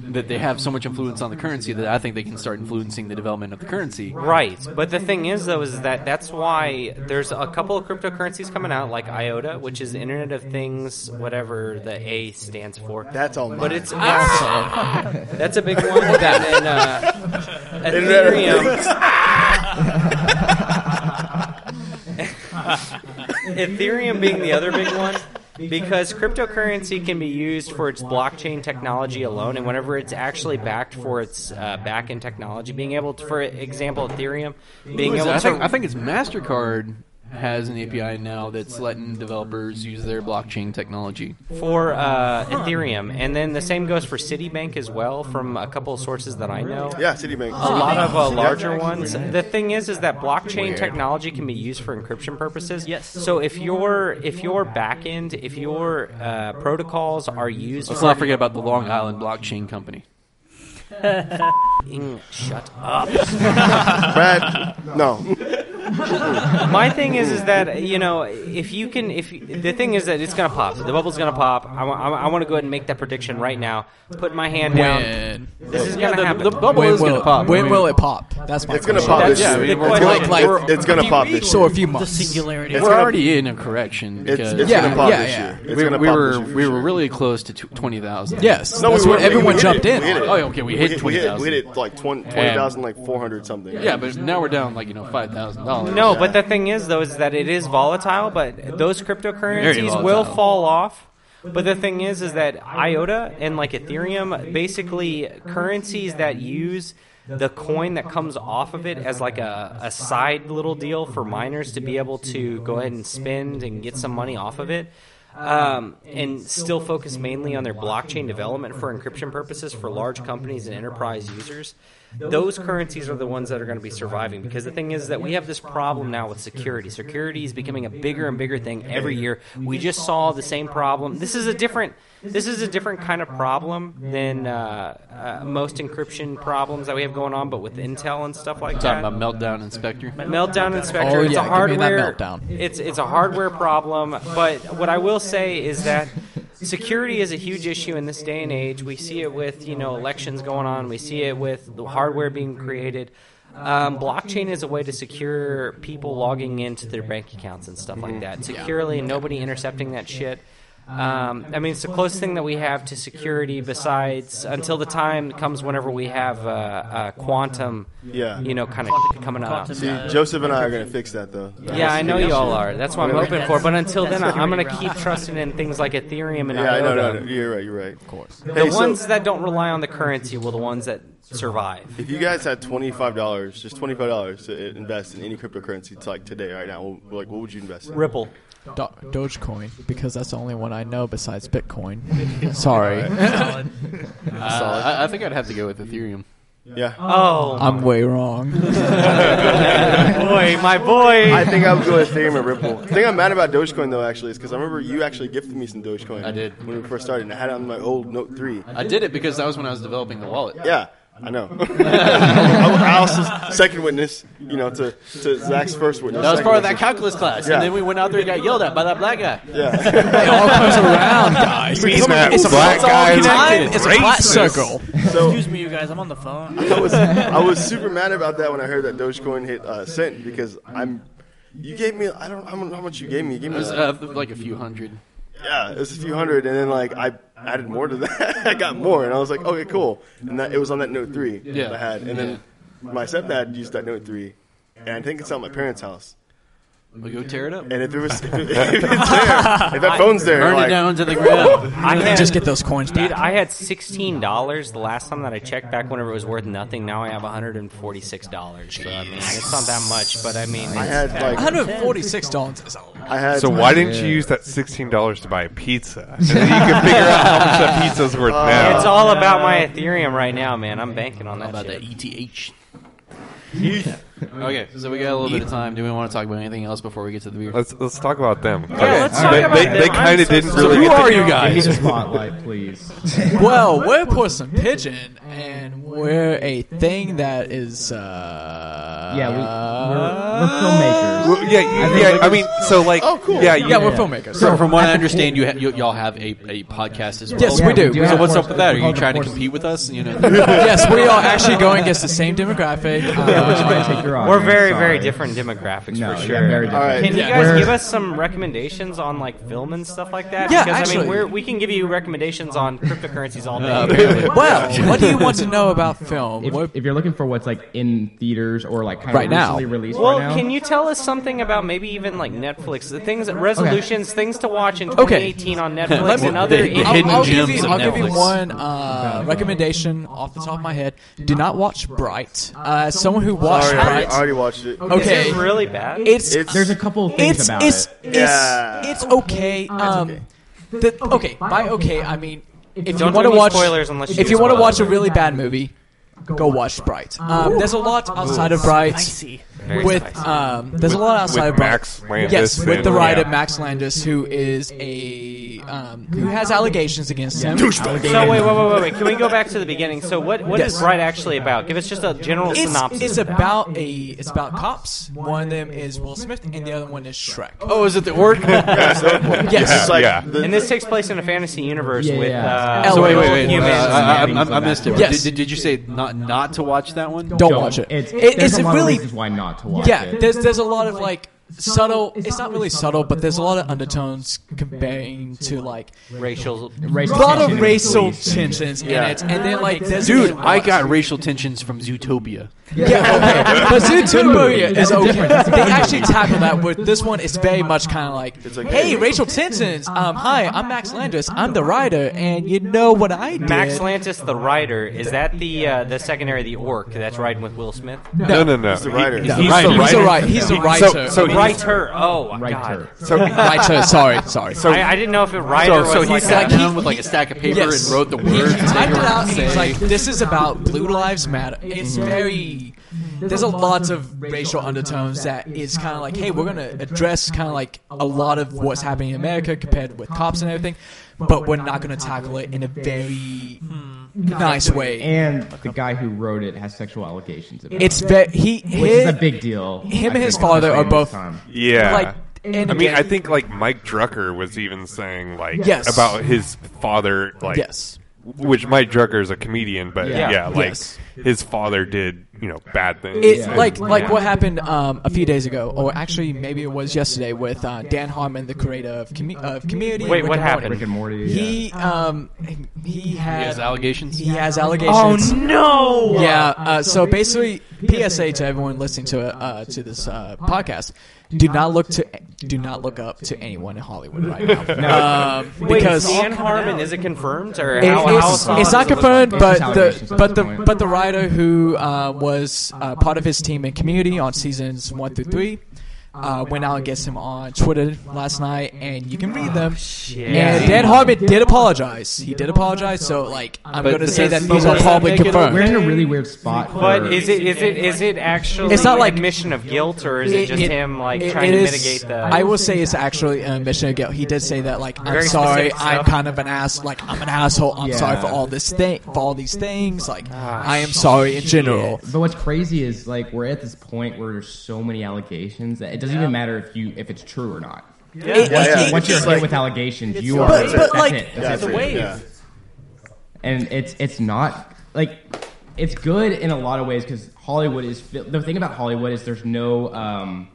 A: that they have so much influence on the currency that I think they can start influencing the development of the currency.
D: Right, but the thing is, though, is that that's why there's a couple of cryptocurrencies coming out, like IOTA, which is Internet of Things, whatever the A stands for.
C: That's all.
D: but
C: mine.
D: it's awesome. that's a big one. That and uh,
C: Internet of
D: Ethereum. Ethereum being the other big one. Because cryptocurrency can be used for its blockchain technology alone, and whenever it's actually backed for its uh, back end technology, being able to, for example, Ethereum, being able
A: I
D: to
A: think, I think it's Mastercard has an API now that's letting developers use their blockchain technology.
D: for uh, Ethereum, and then the same goes for Citibank as well, from a couple of sources that I know.
C: yeah, Citibank.
D: a lot of
C: Yeah.
D: uh, larger ones. The thing is, is that blockchain technology can be used for encryption purposes.
F: Yes.
D: So if your if your backend, if your uh, protocols are used,
A: Let's
D: for
A: not forget about the Long Island blockchain company.
D: being- shut up.
C: Brad, no.
D: My thing is, is that you know, if you can, if you- the thing is that it's gonna pop, the bubble's gonna pop. I want to go ahead and make that prediction right now. Put my hand down.
B: When,
D: This is gonna happen.
A: The bubble
B: when
A: is going
B: will
A: to pop.
B: when
A: I mean,
B: will it pop? That's my
C: It's gonna
B: question.
C: pop this
D: That's
C: year.
D: yeah, I mean,
C: It's
D: we're
C: gonna,
D: like-
B: like-
C: it's gonna pop this
B: So
C: year.
B: a few
F: The
B: months.
F: singularity.
C: It's
A: We're
C: gonna-
A: already in a correction.
C: It's,
A: Because
C: it's
B: Yeah,
C: gonna pop
B: yeah,
C: this
B: yeah.
C: year. It's
A: we,
C: gonna
A: we
C: pop
A: were
C: this year for
A: we
C: sure.
A: were really close to twenty thousand.
B: Yes,
C: we
B: that's
C: were-
B: when
C: we-
B: everyone
C: we hit
B: jumped
C: it.
B: in.
C: We hit it.
A: Oh, yeah, okay, we hit
C: We hit,
A: 20,000.
C: we hit it like 20 20,000, like 400 something.
A: Yeah, but now we're down like you know five thousand dollars.
D: No, but the thing is, though, is that it is volatile, but those cryptocurrencies
A: volatile.
D: will fall off. But the thing is, is that IOTA and like Ethereum, basically currencies that use the coin that comes off of it as like a, a side little deal for miners to be able to go ahead and spend and get some money off of it. Um, and still focus mainly on their blockchain development for encryption purposes for large companies and enterprise users those currencies are the ones that are going to be surviving because the thing is that we have this problem now with security. Security is becoming a bigger and bigger thing every year. We just saw the same problem. This is a different this is a different kind of problem than uh, uh, most encryption problems that we have going on, but with Intel and stuff like
A: talking
D: that.
A: about meltdown inspector.
D: Meltdown Inspector.
B: Oh,
D: it's
B: yeah,
D: a
B: give me that
D: hardware.
B: meltdown.
D: It's it's a hardware problem. But what I will say is that security is a huge issue in this day and age. We see it with you know elections going on. We see it with the hardware being created. Um, blockchain is a way to secure people logging into their bank accounts and stuff like
B: Mm-hmm.
D: that securely, and nobody intercepting that shit. Um, I mean, it's the closest thing that we have to security besides until the time comes whenever we have uh, uh, quantum,
C: Yeah.
D: you know, kind of coming out.
F: Quantum,
C: See,
F: uh,
C: Joseph and I are gonna fix that though.
D: Yeah, I know you all are. That's what I'm hoping for. But until then,
F: That's
D: I'm going to
F: security
D: keep trusting in things like Ethereum and
C: Yeah, I know.
D: IOTA.
C: No, no, you're right. You're right. Of course.
D: The ones that don't rely on the currency will the ones that survive.
C: If you guys had twenty five dollars, just twenty five dollars to i- invest in any cryptocurrency, to like today, right now, what- like what would you invest in?
D: Ripple.
B: Do- Dogecoin because that's the only one I know besides Bitcoin. Sorry,
A: Uh, I, I think I'd have to go with Ethereum.
C: Yeah,
D: Oh,
B: I'm way wrong.
D: boy, my boy.
C: I think I would go with Ethereum and Ripple. The thing I'm mad about Dogecoin though, actually, is because I remember you actually gifted me some Dogecoin.
A: I did.
C: when we first started, and I had it on my old Note three.
A: I did it because that was when I was developing the wallet.
C: Yeah, I know. I also second witness, you know, to, to Zach's first witness.
A: That was
C: Second
A: part of that
C: witness.
A: calculus class,
C: Yeah.
A: and then we went out there and got yelled at by that black guy.
C: Yeah.
B: It all comes around, guys.
G: Mean that
B: It's a-
G: black
B: it's all
G: guy is
B: connected. It's a flat
G: racist.
B: circle.
C: So
F: Excuse me, you guys. I'm on the phone.
C: I was I was super mad about that when I heard that Dogecoin hit uh, cent because I'm. You gave me I don't I don't know how much you gave me. You gave
A: It
C: me
A: was
C: like,
A: uh, like a few hundred.
C: yeah, it was a few hundred, and then like I added more to that. I got more, and I was like, okay, cool. And that it was on that Note three that I had, and then my stepdad used that Note three, and I think it's at my parents' house.
A: We go tear it up,
C: And if it was if, it, if it's there, if that phone's there,
A: burn
C: like,
A: it down to the ground.
D: I had,
B: Just get those coins
D: dude,
B: back.
D: I had sixteen dollars the last time that I checked. Back whenever it was worth nothing. Now I have one hundred and forty-six dollars. So I mean, it's not that much, but I mean,
C: I
D: it's-
C: had like
B: $146 is a lot.
C: I had.
G: So why didn't you use that sixteen dollars to buy a pizza? And then you can figure out how much that pizza's worth now.
D: it's all about my Ethereum right now, man. I'm banking on that.
A: About
D: shit.
A: that E ETH. okay, so we got a little bit of time. Do we want to talk about anything else before we get to the beer?
G: Let's let's talk about them.
D: let's talk
G: they
D: about
G: they,
D: them.
G: they
D: I'm
G: kind of
D: so
G: didn't
D: sorry.
G: really.
B: Who
G: get
B: are
G: to-
B: you
E: Give me
B: guys?
E: the spotlight, please.
B: Well, we're Porcelain Pigeon, and We're a thing that is. Uh,
E: Yeah, we, we're, we're filmmakers.
G: Well, yeah, yeah. I mean, so like, oh, cool. yeah,
B: yeah,
G: you,
B: we're filmmakers.
A: So, from what I understand, you, ha- you y'all have a, a podcast as well.
B: Yes, we do.
E: Yeah, we do
A: So
E: have
A: what's
E: a
A: up with that? Are
E: force-
A: you
E: we
A: trying to
E: call it a
A: compete with us? You know,
B: yes, we are actually going against the same demographic.
E: Yeah, which is
B: Uh,
E: gonna take your
D: We're
E: audience,
D: very, very
E: Oh, sorry.
D: different demographics
E: No,
D: for
E: yeah,
D: sure.
E: very different.
C: All right.
D: Can you
B: Yeah.
D: guys
E: We're-
D: give us some recommendations on like film and stuff like that?
B: Yeah,
D: because I
B: actually.
D: mean, we're, we can give you recommendations on cryptocurrencies all day.
B: well, what do you want to know about film?
E: If,
B: What-
E: if you're looking for what's like in theaters or like kind
B: Right
E: of
B: now.
E: recently released
D: Well,
E: right now,
D: can you tell us something about maybe even like Netflix, the things, resolutions, things to watch in
B: Okay.
D: 2018 on Netflix
A: me-
D: and other Oh,
A: the- the
D: indie
B: I'll,
A: hidden
B: I'll
A: gems
B: give you,
A: of
B: I'll give you
A: Netflix.
B: one uh, recommendation off the top of my head. Do not watch Bright. Uh, as someone who watched
C: Sorry, I already, I
B: Bright,
C: already watched it.
D: Is it
B: okay,
D: really bad?
B: it's
C: It's-
E: there's a couple of things
B: it's
E: about
B: it's
E: it.
B: it's,
C: Yeah.
B: it's okay. Um,
C: okay.
B: The, okay, by okay I mean if you
D: Don't
B: want to
D: give me
B: watch
D: spoilers unless you
B: if
D: do
B: you want to
D: spoilers.
B: watch a really bad movie, go watch Bright. Um, there's a lot outside of Bright
F: Spicy.
D: Very
B: with
D: spicy.
B: um, there's a lot outside of
G: with
B: Bright.
G: Max Landis.
B: Yes, with
G: and-
B: the ride
G: yeah.
B: of Max Landis, who is a um, who has allegations against him.
D: So wait, wait, wait, wait, wait. Can we go back to the beginning? So what what is
B: Yes.
D: Bright actually about? Give us just a general
B: It's,
D: synopsis.
B: it's about a it's about cops. One of them is Will Smith, and the other one is Shrek.
A: oh, is it the orc?
B: Yes.
C: It's like
G: yeah.
C: the-
D: and this takes place in a fantasy universe
E: Yeah,
D: with
E: yeah.
D: uh,
B: So
A: wait,
D: real
A: wait, wait. Uh,
D: humans.
A: I, I, I, I missed it.
B: Yes.
A: Did, did you say not not to watch that one?
B: Don't watch it.
E: It's,
B: It-
E: there's
B: it's
E: a lot
B: really
E: of reasons why not to watch
B: yeah.
E: it.
B: There's there's a lot of like subtle. It's not really subtle, but there's a lot of undertones conveying to like
D: racial.
E: Racial
B: a lot
E: tension
B: of
E: in
B: racial
E: police and-
B: tensions in
C: Yeah.
B: it, and then like there's
A: Dude, I got racial tensions from Zootopia.
B: Yeah, okay. But Zootopia is
E: That's
B: okay.
E: different. That's
B: They actually tackle that with this one. It's very much kind of like,
C: like-
B: hey, Rachel Tinson's. Um, hi, I'm Max Landis. I'm the writer, and you know what I did?
D: Max Lantis, the writer, is that the uh, the secondary, the orc that's riding with Will Smith?
G: No, no, no.
C: He's the writer.
G: He-
C: No.
G: he's
B: He's
G: the
B: a
G: writer.
B: writer. He's a writer.
G: So, so he's-
D: Writer. Oh, my God.
E: Writer.
G: so
B: writer. Sorry, sorry.
D: I, I didn't know if a writer
A: So, Oh, so
D: was
A: he
D: like
A: sat
D: that.
A: down with like a stack of paper
B: Yes.
A: and wrote the words.
B: He
A: that
B: typed
A: they
B: it
A: were
B: out and
A: saying.
B: he's like, this is about Blue Lives Matter. It's very. There's a lot of racial undertones that is kind of like, hey, we're going to address kind of like a lot of what's happening in America compared with cops and everything, but we're not going to tackle it in a very nice way.
E: And the guy who wrote it has sexual allegations. About
B: It's
E: it,
B: ve- he
E: which is a
B: his,
E: big deal.
B: him
E: I
B: and his
E: think,
B: father are
E: especially in
B: both-
E: this time.
G: yeah.
B: like and
G: I mean, I think like Mike Drucker was even saying like
B: Yes.
G: about his father, like
B: yes.
G: which Mike Drucker is a comedian, but
E: Yeah.
G: yeah, like
B: Yes.
G: his father did, you know, bad things.
B: It,
E: Yeah.
B: Like like
G: Yeah.
B: what happened um, a few days ago, or actually maybe it was yesterday with uh, Dan Harmon, the creator of, Com- of Community. and
D: Wait,
B: Rick
D: what
B: and Morty.
D: happened?
E: Rick and Morty. yeah.
B: He um he
A: He has
B: has
A: allegations.
B: he has allegations.
D: no!
B: Yeah. Uh, so basically, PSA to everyone listening to uh, to this uh, podcast: do not look to do not look up to anyone in Hollywood right now, um,
D: Wait,
B: because
D: Dan
B: it-
D: Harmon is it confirmed or how, how
B: it's,
D: solid
B: it's not
D: is it look
B: confirmed,
D: like?
B: but
E: It's just
B: the
E: allegations at
B: but the
E: this point.
B: but the writer who uh, was uh, part of his team in Community on seasons one through three. Uh, went out against him on Twitter last night, and you can read them. And Dan Harmon did apologize. He did apologize. So, like, I'm
A: But
B: going to say that
A: does-
B: these
A: but
B: are
A: does
B: probably
A: that make it
E: We're
B: confirmed.
E: in a really weird spot.
D: But
E: for-
D: is it is it is it actually
B: It's not like-
D: admission of guilt or is it, just
B: It-
D: him like
B: it-
D: trying
B: it
D: to
B: is-
D: mitigate the?
B: I will say it's actually a mission of guilt. He did say that, like, I'm
D: Very
B: sorry,
D: specific
B: I'm
D: stuff.
B: kind of an ass. Like, I'm an asshole. I'm
E: Yeah.
B: sorry for all this thing, for all these things. Like,
D: Ah,
B: I am sorry in general.
E: But what's crazy is like we're at this point where there's so many allegations that it doesn't even matter if you if it's true or not.
B: It-
C: Yeah,
B: it-
C: yeah.
B: it-
E: Once you're
C: It's
E: hit
C: like-
E: with allegations, you are.
B: But- but,
E: that's
B: like-
E: it. That's
C: Yeah,
E: it.
C: it's like-
D: wave.
C: yeah.
E: and it's it's not like it's good in a lot of ways because Hollywood is fi- the thing about Hollywood is there's no um,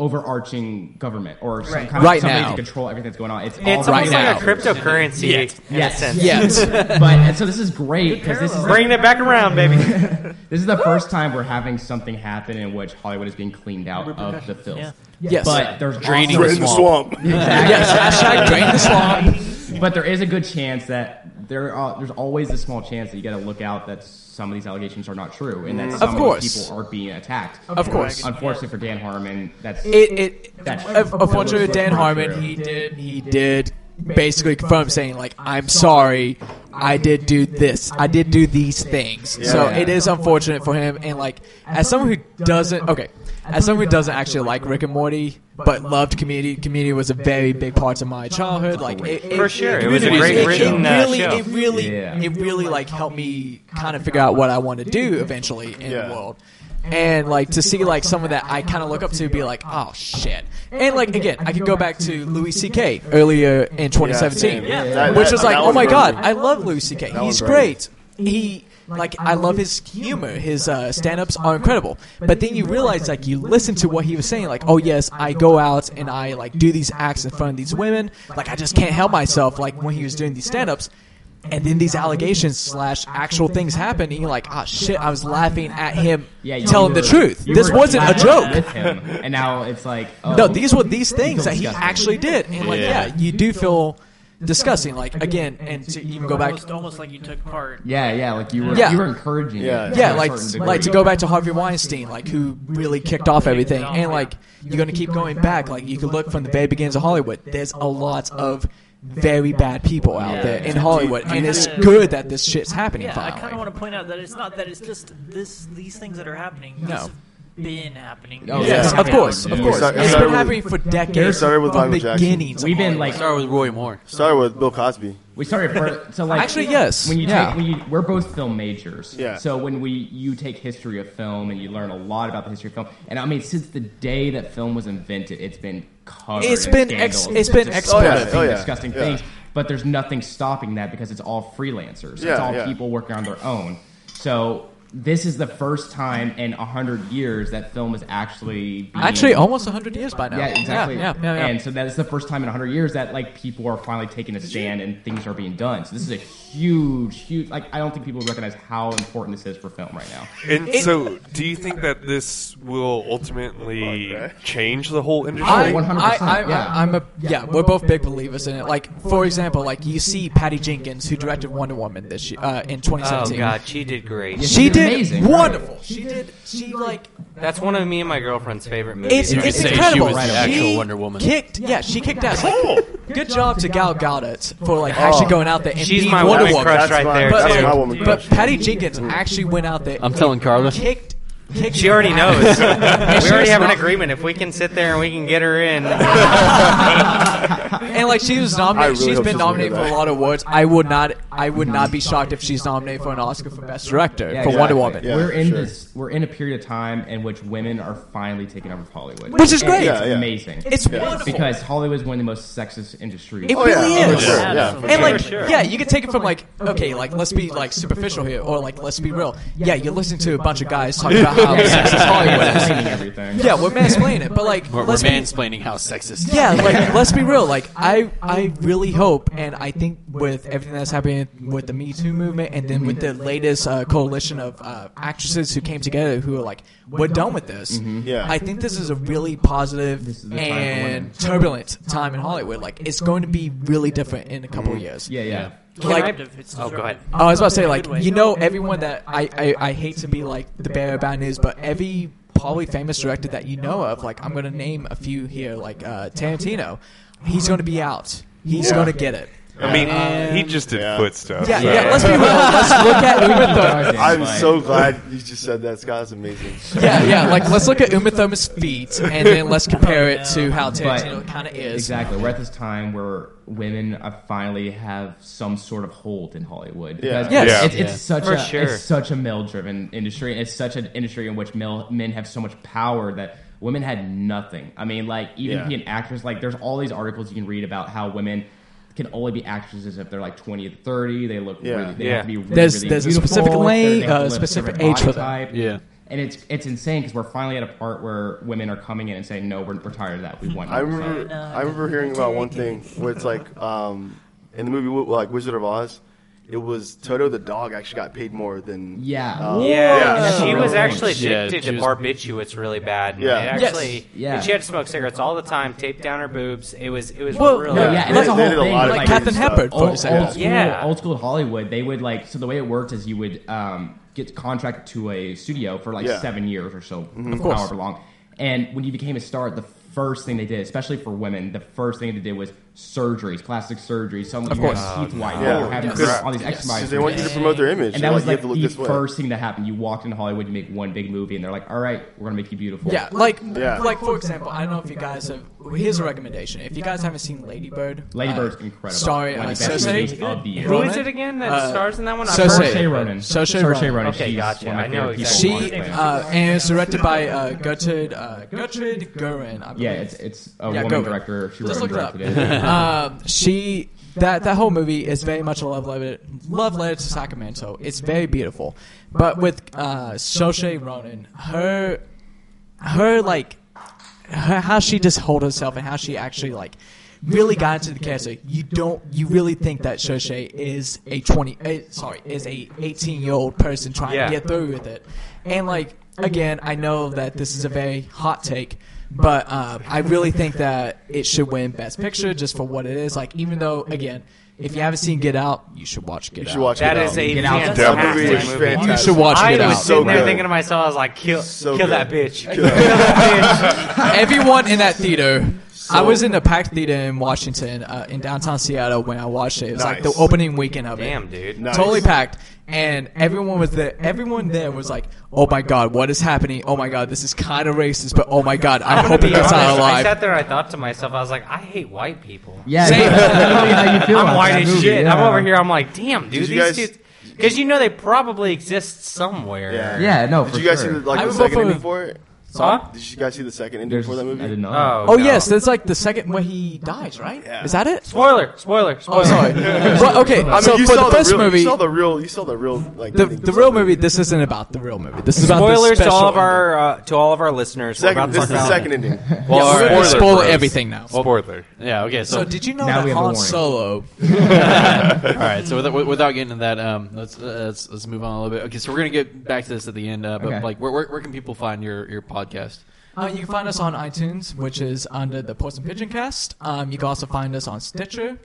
E: overarching government or some kind of
B: Right
E: somebody
B: now.
E: to control everything that's going on. It's,
D: It's
E: all right
D: almost
E: now.
D: like a cryptocurrency in
E: Yes.
D: a sense.
B: Yes.
E: but and so this is great because this is the
D: Bringing it back around, baby.
E: This is the first time we're having something happen in which Hollywood is being cleaned out of the filth.
F: Yeah.
B: Yes.
E: But there's
A: Draining
E: also-
C: We're in the swamp.
B: yes. Hashtag drain the swamp.
E: but there is a good chance that there are, there's always a small chance that you got to look out that some of these allegations are not true and that some of these
B: Mm. course.
E: people are being attacked.
B: Of course.
E: Unfortunately for Dan Harmon, that's
B: It, it,
E: That's-
B: of- unfortunately,
E: that's
B: Dan
E: not
B: Harmon,
E: true.
B: he did, he did basically confirm saying, like, I'm sorry. I did do this. I did do these things. So
E: Yeah.
B: it is unfortunate for him. And like, as someone who doesn't, okay, as someone who doesn't actually like Rick and Morty, but loved Community, Community was a very big part of my childhood. Like, it, it,
D: For sure. It was a
B: Community
D: great written, uh,
B: really,
D: show.
B: It really,
E: Yeah.
B: it really like helped me kind of figure out what I want to do eventually in
C: Yeah.
B: the world. And like to see like someone that I kind of look up to be like, oh shit. And like again, I could go back to Louis C.K. earlier in 2017
C: Yeah, same. That-
B: which
C: that-
B: was like,
C: that
B: oh
C: was
B: my
C: great.
B: god, I love Louis C.K.
C: That
B: He's
C: was great.
B: great. He like I love his humor. His uh, stand-ups are incredible. But then you realize like you listen to what he was saying, like, oh yes, I go out and I like do these acts in front of these women. Like I just can't help myself. Like when he was doing these stand-ups. And then these allegations slash actual things happen, and you're like, ah, shit, I was laughing at him
E: Yeah, you
B: telling
E: were-
B: the truth.
E: you
B: This
E: were
B: wasn't a
E: laughing
B: joke.
E: With him, and now it's like oh,
B: No, these were these things that he
E: disgusting.
B: actually did, and like,
G: Yeah.
B: yeah, you do feel disgusting. Like again, and to even go back,
F: almost, almost like you took part.
E: Yeah, yeah, like you were
B: Yeah.
E: you were encouraging. it
C: Yeah.
E: to
B: yeah,
E: a
B: like
E: certain
B: like to
E: degree.
B: go back to Harvey Weinstein, like who really kicked off everything, and like you're gonna keep going back. Like you could look from the very beginnings of Hollywood. There's a lot of very bad people out there in Hollywood, and it's good that this shit's happening
F: Yeah, I kind of
B: finally.
F: want to point out that it's not that it's just this these things that are happening. These
B: No.
F: have been happening.
E: Oh,
F: These
E: yeah.
B: Yes,
F: have
B: of
F: been
B: course, of
F: happening.
B: course.
C: Sorry-
B: It's
C: sorry
B: been
C: with-
B: happening for
C: Yeah,
B: decades.
C: sorry with
B: from
C: Michael
B: the
C: Jackson.
B: beginnings. of
E: We've been
B: Hollywood.
E: like
A: Start with Roy Moore.
C: Started with Bill Cosby.
E: we started for, so like
B: Actually, yes.
E: When you
B: Yeah.
E: take when you we're both film majors.
C: Yeah.
E: So when we you take history of film and you learn a lot about the history of film, and I mean since the day that film was invented, it's been covered.
B: It's
E: in
B: been ex-
E: scandals,
B: it's been
E: disgusting,
C: exploded. Oh, yeah.
E: disgusting
C: Yeah.
E: things. But there's nothing stopping that because it's all freelancers.
C: Yeah,
E: it's all
C: yeah.
E: people working on their own. So. This is the first time in a hundred years that film is actually being
B: Actually, almost 100 years by now.
E: Yeah, exactly.
B: Yeah, yeah, yeah.
E: And so that is the first time in 100 years that like people are finally taking a stand and things are being done. So this is a huge, huge. Like I don't think people recognize how important this is for film right now.
G: And so, do you think that this will ultimately change the whole
B: I,
G: industry?
E: Sure.
B: I,
E: 100%,
B: I,
E: yeah.
B: I, am a yeah. We're both big believers in it. Like for example, like you see Patty Jenkins, who directed Wonder Woman this year uh, in
D: Oh
B: 2017.
D: god, she did great.
E: Yes.
B: She
E: She's
B: did
E: amazing, right?
B: wonderful. She did. She like
D: That's one of me and my girlfriend's favorite movies.
B: it's,
D: right
B: it's
D: there.
A: say she
B: incredible.
A: was
E: the
A: actual Wonder Woman.
B: Kicked. Yeah, she kicked ass. Like, good job to Gal Gadot for like actually going out there and
D: She's
B: being
D: my
B: Wonder
D: woman
B: Woman.
D: crush
C: That's
D: right
C: my-
D: there
B: But,
C: that's
D: too.
C: my woman
B: but
C: crush.
B: Patty Jenkins actually went out there.
A: I'm
B: and
A: telling Carla.
B: Kicked. kicked
D: She already knows.
B: ass.
D: we
B: And she was
D: already have an
B: not-
D: agreement. If we can sit there and we can get her in, Oh,
B: And like she was
C: I
B: nominated,
C: really
B: she's
C: hope
B: been
C: she's gonna
B: nominated
C: do
B: for a
C: that.
B: lot of awards. I would not, I would not be shocked if she's nominated for an Oscar for Best Director for Wonder Woman,
C: Yeah,
E: we're in
C: sure.
E: this. We're in a period of time in which women are finally taking over Hollywood,
B: which is
E: And
B: great.
E: It's
C: Yeah, yeah.
E: amazing
B: It's wonderful.
E: because Hollywood is one of the most sexist industries.
B: It
C: Oh, yeah.
B: really
C: For
B: is.
C: sure, yeah, for
B: and
C: sure.
B: like, yeah, you can take it from like, okay, like let's be like superficial here, or like let's be real. Yeah, you're listening to a bunch of guys talking about
C: Oh,
B: how sexist Hollywood is.
E: explaining everything.
B: Yeah, we're mansplaining it, but like,
A: We're, we're
B: let's be
A: mansplaining how sexist.
B: yeah, like let's be real. Like I, I really hope, and I think with everything that's happening with the Me Too movement, and then with the latest uh, coalition of uh, actresses who came together who are like, we're done with this.
C: Yeah.
B: I think this is a really positive
E: This is the time for women.
B: and turbulent time in Hollywood. Like it's going to be really different in a couple of years.
E: yeah, yeah.
B: Like
F: Disruptive. It's
D: oh god,
F: disruptive.
B: I was about to say, like
F: Good way.
B: you know, everyone that I, I, I hate to be like the bearer of bad news, but every probably famous director that you know of, like I'm gonna name a few here, like uh, Tarantino, he's gonna be out. He's
C: Yeah.
B: gonna get it.
G: I mean, he just did
C: Yeah.
G: foot stuff.
B: Yeah,
G: so-
B: yeah. Let's be real. Let's look at Uma Thurman.
C: I'm
E: Like-
C: so glad you just said that. Scott is amazing.
B: Yeah, yeah. Like let's look at Uma Thurman's feet, and then let's compare it to how
E: But-
B: Tarantino kind of is.
E: Exactly. We're at this time where women uh, finally have some sort of hold in Hollywood.
C: Yeah.
E: Because
B: Yes.
G: Yeah.
E: It's, it's such
D: For
E: a
D: sure.
E: it's such a male driven industry, and it's such an industry in which male, men have so much power that women had nothing. I mean, like even
C: Yeah.
E: being actors, like there's all these articles you can read about how women. Can only be actresses if they're like twenty to thirty. They look
C: Yeah.
E: really, they
D: Yeah.
E: have to be really,
B: There's-
E: really
B: there's a
E: beautiful.
B: specific lane,
E: They have to
B: uh,
E: live a
B: specific
E: certain
B: age for
E: body
B: that.
E: type.
A: Yeah.
E: and it's it's insane because we're finally at a part where women are coming in and saying, "No, we're, we're tired of that. We want."
C: I
E: you." So-
C: remember, I remember hearing about one thing where it's like um, in the movie like Wizard of Oz, it was Toto the dog actually got paid more than uh,
E: Yeah.
D: yeah,
E: Yeah.
D: she was actually
A: Yeah,
D: addicted
A: she
D: to
A: was-
D: barbiturates really bad. and
C: Yeah.
D: it
B: Yes.
D: actually,
E: Yeah.
D: and she had to smoke cigarettes all the time, taped down her boobs. It was, it was
B: Well,
D: really,
E: No, yeah, and
B: Like-
E: that's a
C: they
E: whole
C: did a
E: thing.
C: lot of
E: like,
B: Like Catherine
C: crazy stuff.
B: Hepburn, for
E: old, old
B: example.
E: school,
D: Yeah.
E: old school Hollywood. They would like so the way it worked is you would um, get contracted to a studio for like
C: Yeah. Mm-hmm.
E: seven years or so,
B: course.
E: however long. And when you became a star, the first thing they did, especially for women, the first thing they did was surgeries, plastic surgery. So much
B: Of
E: more
B: course.
E: teeth whitening,
C: Yeah.
E: or having
C: Yes.
E: all these exercises.
C: Because they want you to promote their image.
E: Oh And
C: They're
E: that was
C: you
E: like
C: have to look
E: the
C: this way.
E: first thing that happened. You walked into Hollywood, you make one big movie, and they're like, "All right, we're gonna make you beautiful."
B: Yeah, like
C: Yeah.
B: like for example, I don't know if you guys have. Here's a recommendation: if you guys haven't seen Lady Bird,
E: Lady
B: uh,
E: Bird's incredible.
B: Sorry,
E: One
B: uh,
E: of the best
B: Saoirse-
E: movies of the year.
D: Who is
B: Ronan?
D: it again that
B: Uh,
D: stars in that one? I
B: Saoirse.
D: heard-
E: Saoirse Ronan.
B: Saoirse Ronan.
E: She's
D: Okay, gotcha.
E: One of my
D: I know
E: favorite people
D: exactly.
E: on
B: She
E: the planet.
B: uh, and it's directed by uh, Gertrude uh, Gertrude Gurin. I believe.
E: yeah, it's it's a
B: Yeah,
E: woman
B: go.
E: director. She wrote
B: Just
E: and
B: look
E: directed
B: it
E: it.
B: um, she that that whole movie is very much a love letter, love letter to Sacramento. It's very beautiful, but with uh, Saoirse Ronan, her her like her, how she just hold herself and how she actually like really got into the character. You don't you really think that Saoirse is a twenty eh, sorry is a eighteen year old person trying
D: Yeah.
B: to get through with it, and like again, I know that this is a very hot take. But um, I really think that it should win Best Picture just for what it is. Like, even though, again, if you haven't seen Get Out, you should watch Get
C: You
B: Out.
C: should watch
D: That
C: Get
D: is
C: Out.
D: a
E: Get Out.
D: fantastic
C: That movie is
D: movie.
C: fantastic.
B: You should watch
D: I
B: Get
D: was
B: Out.
C: so
D: sitting there
C: good.
D: thinking to myself, I was like, kill,
C: So
D: kill
C: good.
D: that bitch.
B: Everyone in that theater. I was in the packed theater in Washington, uh, in downtown Seattle, when I watched it. It was like
C: Nice.
B: the opening weekend of it.
D: Damn, dude.
C: Nice.
B: Totally packed, and everyone was there. Everyone there was like, "Oh my god, what is happening? Oh my god, this is kind of racist, but oh my god, I
D: I'm gonna
B: hope it
D: be
B: gets
D: honest.
B: out
D: I
B: alive."
D: sat there. I thought to myself, I was like, I hate white people.
E: Yeah,
B: Same.
E: that's literally how you feel
D: I'm
E: about
D: white
E: that
D: as
E: movie,
D: shit. I'm
E: yeah.
D: over here. I'm like, damn, dude,
C: Did you
D: these
C: guys-
D: dudes. Because you know they probably exist somewhere.
C: Yeah.
E: Yeah, no,
C: Did
E: for
C: you guys
E: sure.
C: see the, like
B: I
C: the
B: would vote
C: second
B: for-
C: ending for it?
D: Huh?
C: Did you guys see the second ending
E: There's,
C: for that movie?
E: I did not.
D: Oh,
B: Oh
D: no.
B: yes, that's like the second when he dies, right? Is that it?
D: Spoiler, spoiler, spoiler.
B: Oh, sorry. Right, okay,
C: I mean,
B: so
C: you
B: for
C: saw
B: the first
C: real,
B: movie,
C: you saw the real, you saw the real, like
B: the,
C: ending.
B: the real movie, this isn't about the real movie. This is about the
D: Spoilers to
B: special
D: all of
B: ending.
D: our uh, to all of our listeners. We're about
C: Second,
D: to
C: this is
D: talk
C: the
D: about-
C: second ending.
B: Yeah, we're gonna
G: Spoiler
B: spoil
G: bros.
B: everything now.
C: Oh,
G: Spoiler.
A: Yeah. Okay. So,
B: So did you know
E: Now we
B: that
E: have a
B: Han
E: warning.
B: Solo?
A: all right. So without, without getting into that, um, let's, uh, let's let's move on a little bit. Okay. So we're gonna get back to this at the end. Uh, but
E: Okay.
A: like, where, where where can people find your your podcast?
B: Uh, you can find us on iTunes, which is under the Poison Pigeon Cast. Um, you can also find us on Stitcher,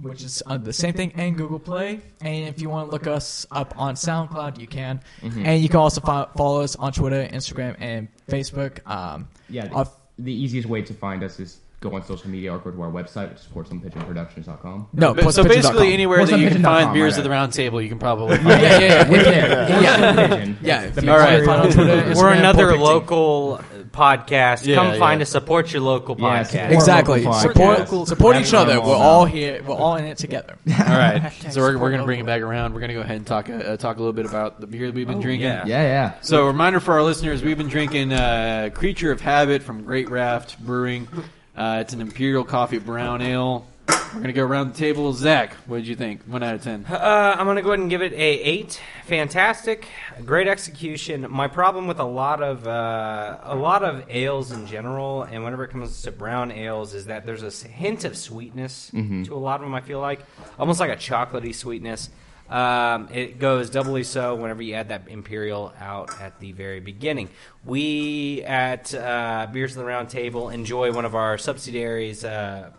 B: which is under the same thing, and Google Play. And if you want to look us up on SoundCloud, you can.
E: Mm-hmm.
B: And you can also fo- follow us on Twitter, Instagram, and Facebook. Um,
E: Yeah, the,
B: our-
E: the easiest way to find us is go on social media or go to our website, which is sportsandpigeonproductions.com.
B: no,
A: But- so
B: poisonpigeon.com.
A: basically, anywhere that you can
E: PortsonPigeon.com,
A: find beers
E: my
A: at the round table, you can probably.
B: yeah, yeah,
E: We're
B: yeah.
E: there. Porcelain Pigeon.
B: Yeah,
E: The
B: if you
E: big
B: wanna
D: Alright.
B: find on Twitter, Instagram,
D: We're another
B: Pulpit Team.
D: local podcast.
A: Yeah,
D: Come find
A: yeah.
D: us. Support your local
E: Yes.
D: podcast.
E: Ex-
B: Exactly.
E: local podcast.
B: Support
E: Yes.
B: support each
E: Everyone
B: other.
E: all
B: We're
E: now.
B: all here. We're all in it together.
A: All right. So we're, we're
B: support
A: gonna bring it
B: local.
A: back around. We're gonna go ahead and talk uh, uh, talk a little bit about the beer that
B: Oh,
A: we've been drinking.
D: yeah.
E: Yeah, yeah.
A: So, a reminder for our listeners, we've been drinking uh, Creature of Habit from Great Raft Brewing. Uh, it's an Imperial Coffee Brown Ale. We're going to go around the table. Zach, what did you think? One out of ten.
D: Uh, I'm gonna go ahead and give it a eight. Fantastic, great execution. My problem with a lot of uh, a lot of ales in general, and whenever it comes to brown ales, is that there's a s- hint of sweetness to a lot of them. I feel like almost like a chocolatey sweetness. Um, it goes doubly so whenever you add that imperial out at the very beginning. We at uh, Beers of the Round Table enjoy one of our subsidiaries. Uh,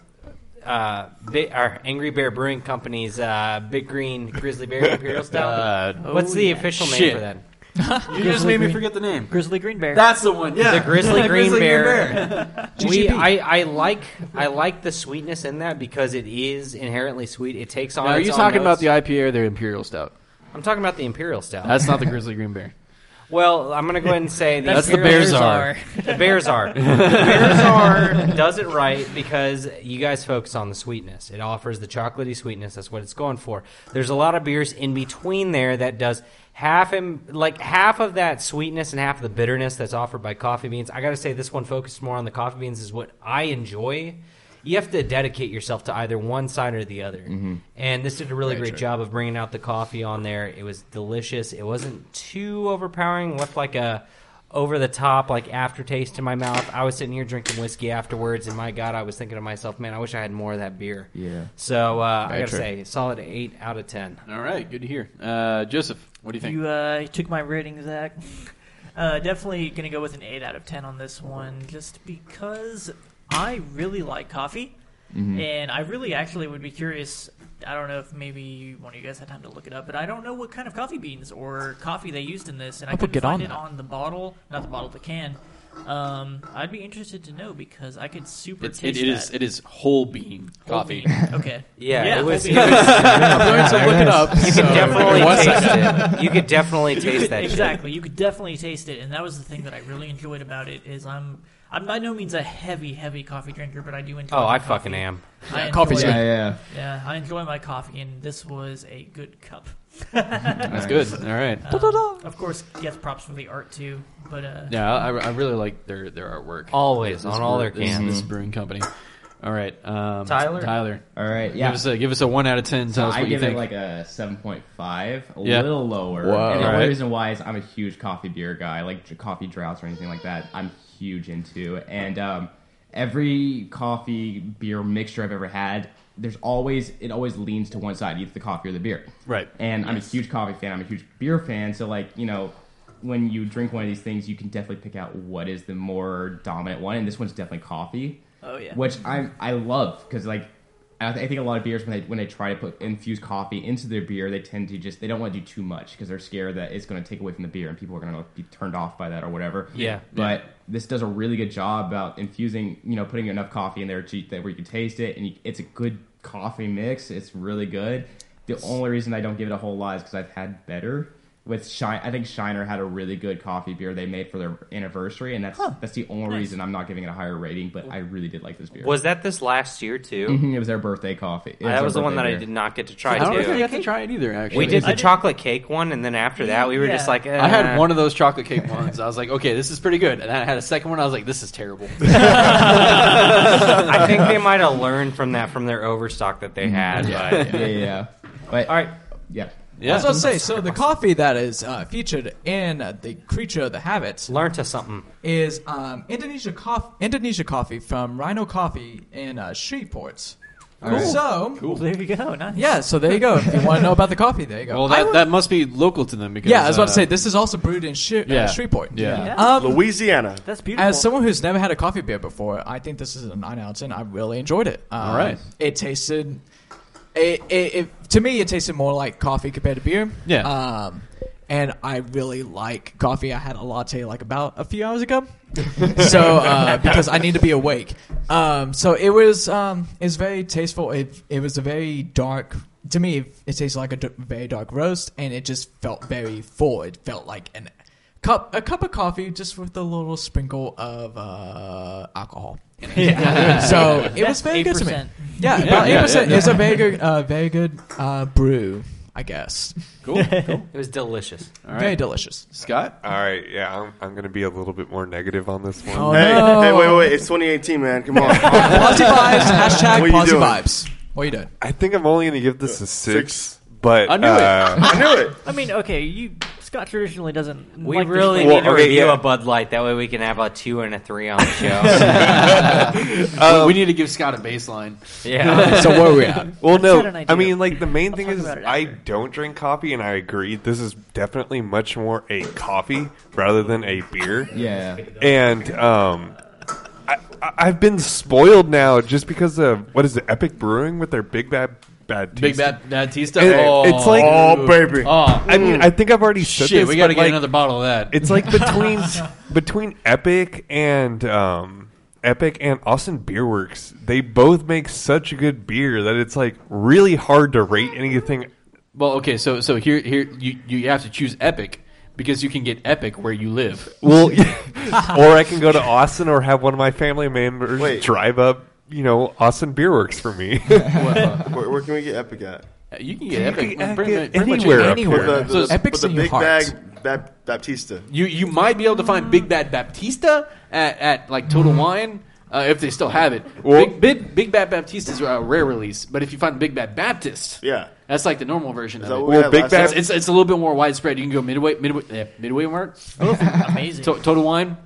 D: uh, bi- our Angry Bear Brewing Company's uh, Big Green Grizzly Bear Imperial Stout. What's the official name
A: Uh, oh, Shit.
D: for that?
A: You just made me forget the name.
F: Grizzly Green Bear.
A: That's the one, yeah.
D: The Grizzly Green Bear. we,
B: GGP.
D: I, I like I like the sweetness in that because it is inherently sweet. It takes on.
A: Now, are
D: its
A: you
D: own
A: talking about
D: notes.
A: the IPA or the Imperial Stout?
D: I'm talking about the Imperial Stout.
A: That's not the Grizzly Green Bear.
D: well, I'm gonna go ahead and say the
A: That's the
D: Imperial-
A: Bears are.
D: The Bears are. The Bears are does it right because you guys focus on the sweetness. It offers the chocolatey sweetness. That's what it's going for. There's a lot of beers in between there that does half and like half of that sweetness and half of the bitterness that's offered by coffee beans. I gotta say this one focused more on the coffee beans is what I enjoy. You have to dedicate yourself to either one side or the other. And this did a really great job of bringing out the coffee on there. It was delicious. It wasn't too overpowering. Left like a over the top like aftertaste in my mouth. I was sitting here drinking whiskey afterwards, and my God, I was thinking to myself, man, I wish I had more of that beer.
E: Yeah.
D: So uh, I
A: Very
D: gotta
A: true.
D: say, solid eight out of ten.
A: All right, good to hear. Uh, Joseph, what do you think?
F: You uh, took my rating, Zach. Uh, definitely gonna go with an eight out of ten on this one, just because I really like coffee,
B: Mm-hmm.
F: and I really actually would be curious. I don't know if maybe one of you guys had time to look it up, but I don't know what kind of coffee beans or coffee they used in this, and I
B: I'll
F: couldn't
B: get
F: find
B: on
F: it
B: that.
F: on the bottle, not the bottle, the can. Um, I'd be interested to know because I could super
A: It's, it,
F: taste
A: it is
F: that.
A: it is whole bean
F: Whole
A: coffee.
F: bean. Okay.
D: Yeah, it
F: whole
D: was-
F: bean.
D: it was-
B: I'm going to look it up.
D: You
B: so-
D: could definitely
B: One
D: taste
B: second.
D: it. You could definitely taste that. shit.
F: exactly. You could definitely taste it, and that was the thing that I really enjoyed about it. Is I'm I'm by no means a heavy heavy coffee drinker, but I do enjoy.
D: Oh,
F: my
D: I fucking
F: coffee.
D: am.
F: I
B: Yeah,
F: enjoy-
B: coffee's
E: Yeah, yeah.
F: Yeah, I enjoy my coffee, and this was a good cup.
A: That's good. All right.
F: Um, of course, gets props for the art too, but uh,
A: Yeah, I, I really like their their artwork.
D: Always
A: This
D: on all
A: bre-
D: their
A: this-
D: cans.
A: This, brewing company. All right, um,
D: Tyler?
A: Tyler,
E: All right, yeah.
A: give us a give us a one out of ten. Tell us
E: I
A: what you
E: give
A: think.
E: it like a 7.5, a
A: Yeah.
E: little lower.
A: Whoa.
E: And the
A: Right.
E: only reason why is I'm a huge coffee beer guy, like dr- coffee droughts or anything like that. I'm huge into, and um, every coffee beer mixture I've ever had, there's always it always leans to one side, either the coffee or the beer.
G: Right.
E: And I'm a huge coffee fan. I'm a huge beer fan. So like you know. When you drink one of these things, you can definitely pick out what is the more dominant one, and this one's definitely coffee
F: oh yeah,
E: which I I love because like I, I think a lot of beers when they when they try to put infuse coffee into their beer, they tend to just they don't want to do too much because they're scared that it's going to take away from the beer and people are going to be turned off by that or whatever.
D: Yeah.
E: But this does a really good job about infusing, you know, putting enough coffee in there to, that where you can taste it, and you, it's a good coffee mix. It's really good. The only reason I don't give it a whole lot is because I've had better. With Shine, I think Shiner had a really good coffee beer they made for their anniversary, and that's that's the only reason I'm not giving it a higher rating. But I really did like this beer.
D: Was that this last year too?
A: Mm-hmm.
D: Uh,
E: Mhm, it was their birthday coffee? It
D: that
E: their
D: was the one
E: birthday
D: that I
E: beer.
D: did not get to try
A: I don't think I
D: too.
A: got to try it either. Actually,
D: We did
F: I
D: the
F: did-
D: chocolate cake one, and then after that, we were just
F: Yeah.
D: like,
A: I had
D: eh.
A: one of those chocolate cake ones. I was like, okay, this is pretty good. And then I had a second one. I was like, this is terrible.
D: I think they might have learned from that from their overstock that
A: Mm-hmm.
D: they had. But.
E: Yeah, yeah. But
D: All right,
E: yeah.
A: Yeah.
B: I was about to say, so the coffee that is uh, featured in uh, the Creature of the Habit
D: learn to something.
B: is um, Indonesia, cof- Indonesia coffee from Rhino Coffee in uh, Shreveport. So,
A: Cool.
F: there you go. Nice.
B: yeah, so there you go. If you want to know about the coffee, there you go.
A: well,
B: I
A: that,
B: would-
A: that must be local to them because
B: yeah, I was about to
A: uh,
B: say, this is also brewed in Shre-
A: yeah.
B: uh, Shreveport.
A: Yeah.
F: Yeah.
B: Um,
C: Louisiana.
F: that's beautiful.
B: as someone who's never had a coffee beer before, I think this is a nine ounce, and I really enjoyed it. Um,
A: All right.
B: it tasted, it, it, it to me, it tasted more like coffee compared to beer.
A: Yeah.
B: Um, and I really like coffee. I had a latte like about a few hours ago, so uh, because I need to be awake. Um, so it was um, it was very tasteful. It it was a very dark to me. It tasted like a d- very dark roast, and it just felt very full. It felt like an cup a cup of coffee just with a little sprinkle of uh, alcohol. in it. so it was
F: That's
B: very good to me.
F: 8%.
B: Yeah,
A: Yeah,
B: about eight
A: yeah,
B: percent.
A: yeah.
B: It's a very good, uh, very good uh, brew, I guess.
A: cool, cool.
D: It was delicious.
A: All
B: Very
A: right,
B: delicious.
A: Scott.
G: All right, yeah, I'm, I'm going to be a little bit more negative on this one.
B: Oh,
C: Hey,
B: no.
C: hey, wait, wait! It's 2018, man. Come on.
B: Positive vibes. Hashtag
C: What you
B: positive
C: doing?
B: vibes. What are you doing?
G: I think I'm only going to give this a six,
C: Six.
G: but
A: I knew it.
G: uh,
C: I knew it.
F: I mean, okay, you Scott traditionally doesn't.
D: We
F: like these
D: really
F: things.
G: Well,
D: need to
G: okay,
D: review
G: yeah.
D: a Bud Light. That way we can have a two and a three on the show.
A: Um, we, we need to give Scott a baseline.
D: yeah.
B: So where are we at?
G: well, no,
F: had an idea.
G: I mean, like the main thing
F: talk
G: is
F: about it
G: I
F: after.
G: don't drink coffee, and I agree this is definitely much more a coffee rather than a beer.
E: Yeah.
G: and um, I, I- I've been spoiled now just because of what is it, Epic Brewing with their Big Bad Bad
A: Big
G: Taste.
A: bad bad tea stuff.
G: It-
A: oh,
G: it's like-
C: Oh, baby.
A: oh,
G: I mean, I think I've already said
A: shit.
G: this,
A: We got to
G: but,
A: get
G: like,
A: another bottle of that.
G: It's like between between Epic and um, Epic and Austin Beer Works. They both make such a good beer that it's like really hard to rate anything.
A: well, okay. So so here here you you have to choose epic because you can get epic where you live.
G: Well, or I can go to Austin or have one of my family members
C: Wait.
G: drive up. You know, Austin Beer Works for me.
C: Where, where can we get Epic at?
A: You can get epic,
G: can get
A: pretty,
G: Epic
A: pretty much
G: anywhere up
A: anywhere.
G: here.
C: The, the,
A: So it's-
C: with
B: Epic's
C: the
B: in your
C: big
B: heart.
C: bag Bap- Baptista.
A: You you might be able to find Big Bad Baptista at, at like Total Wine uh, if they still have it.
G: Well-
A: Big, Big Big Bad Baptista is a rare release, but if you find Big Bad Baptist,
C: Yeah.
A: that's like the normal version of
C: Is that
A: it.
C: what we
G: Well,
C: had
G: Big
C: last
G: Bap-
A: It's,
C: time?
A: it's, it's a little bit more widespread. You can go midway, midway, yeah, midway mark,
F: amazing.
A: to, Total Wine.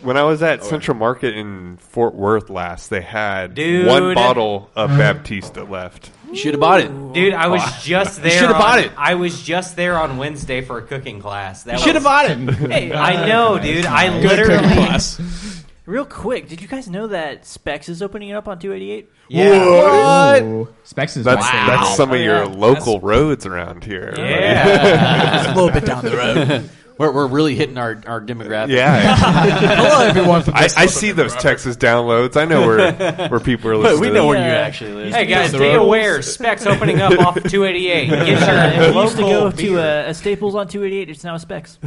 G: When I was at Central Market in Fort Worth last, they had
D: Dude.
G: one bottle of Baptista left.
A: You should have bought it. You
D: Dude, I was just there.
A: should've
D: on-
A: bought it.
D: I was just there on Wednesday for a cooking class. That
A: should have
D: was-
A: bought it.
F: Hey,
D: I know, dude. I
B: Cooking
D: literally.
B: class.
F: real quick, did you guys know that Specs is opening it up on 288?
G: Whoa.
E: Ooh. Specs is
G: That's
E: my
G: that's some
F: Oh,
G: of your
F: yeah.
G: local roads around here.
D: Yeah.
B: It's a little bit down the road.
A: We're, we're really hitting our, our demographic.
G: Yeah,
B: Hello, everyone. From
G: I, I see those Texas downloads. I know where where people are listening.
A: we know where you
F: Yeah.
A: actually live.
D: Hey guys,
B: the
D: be
B: road.
D: aware. Specs opening up off 288. Get your
F: I used to
D: local
F: go to uh,
D: beer.
F: a, a Staples on 288. It's now a Specs.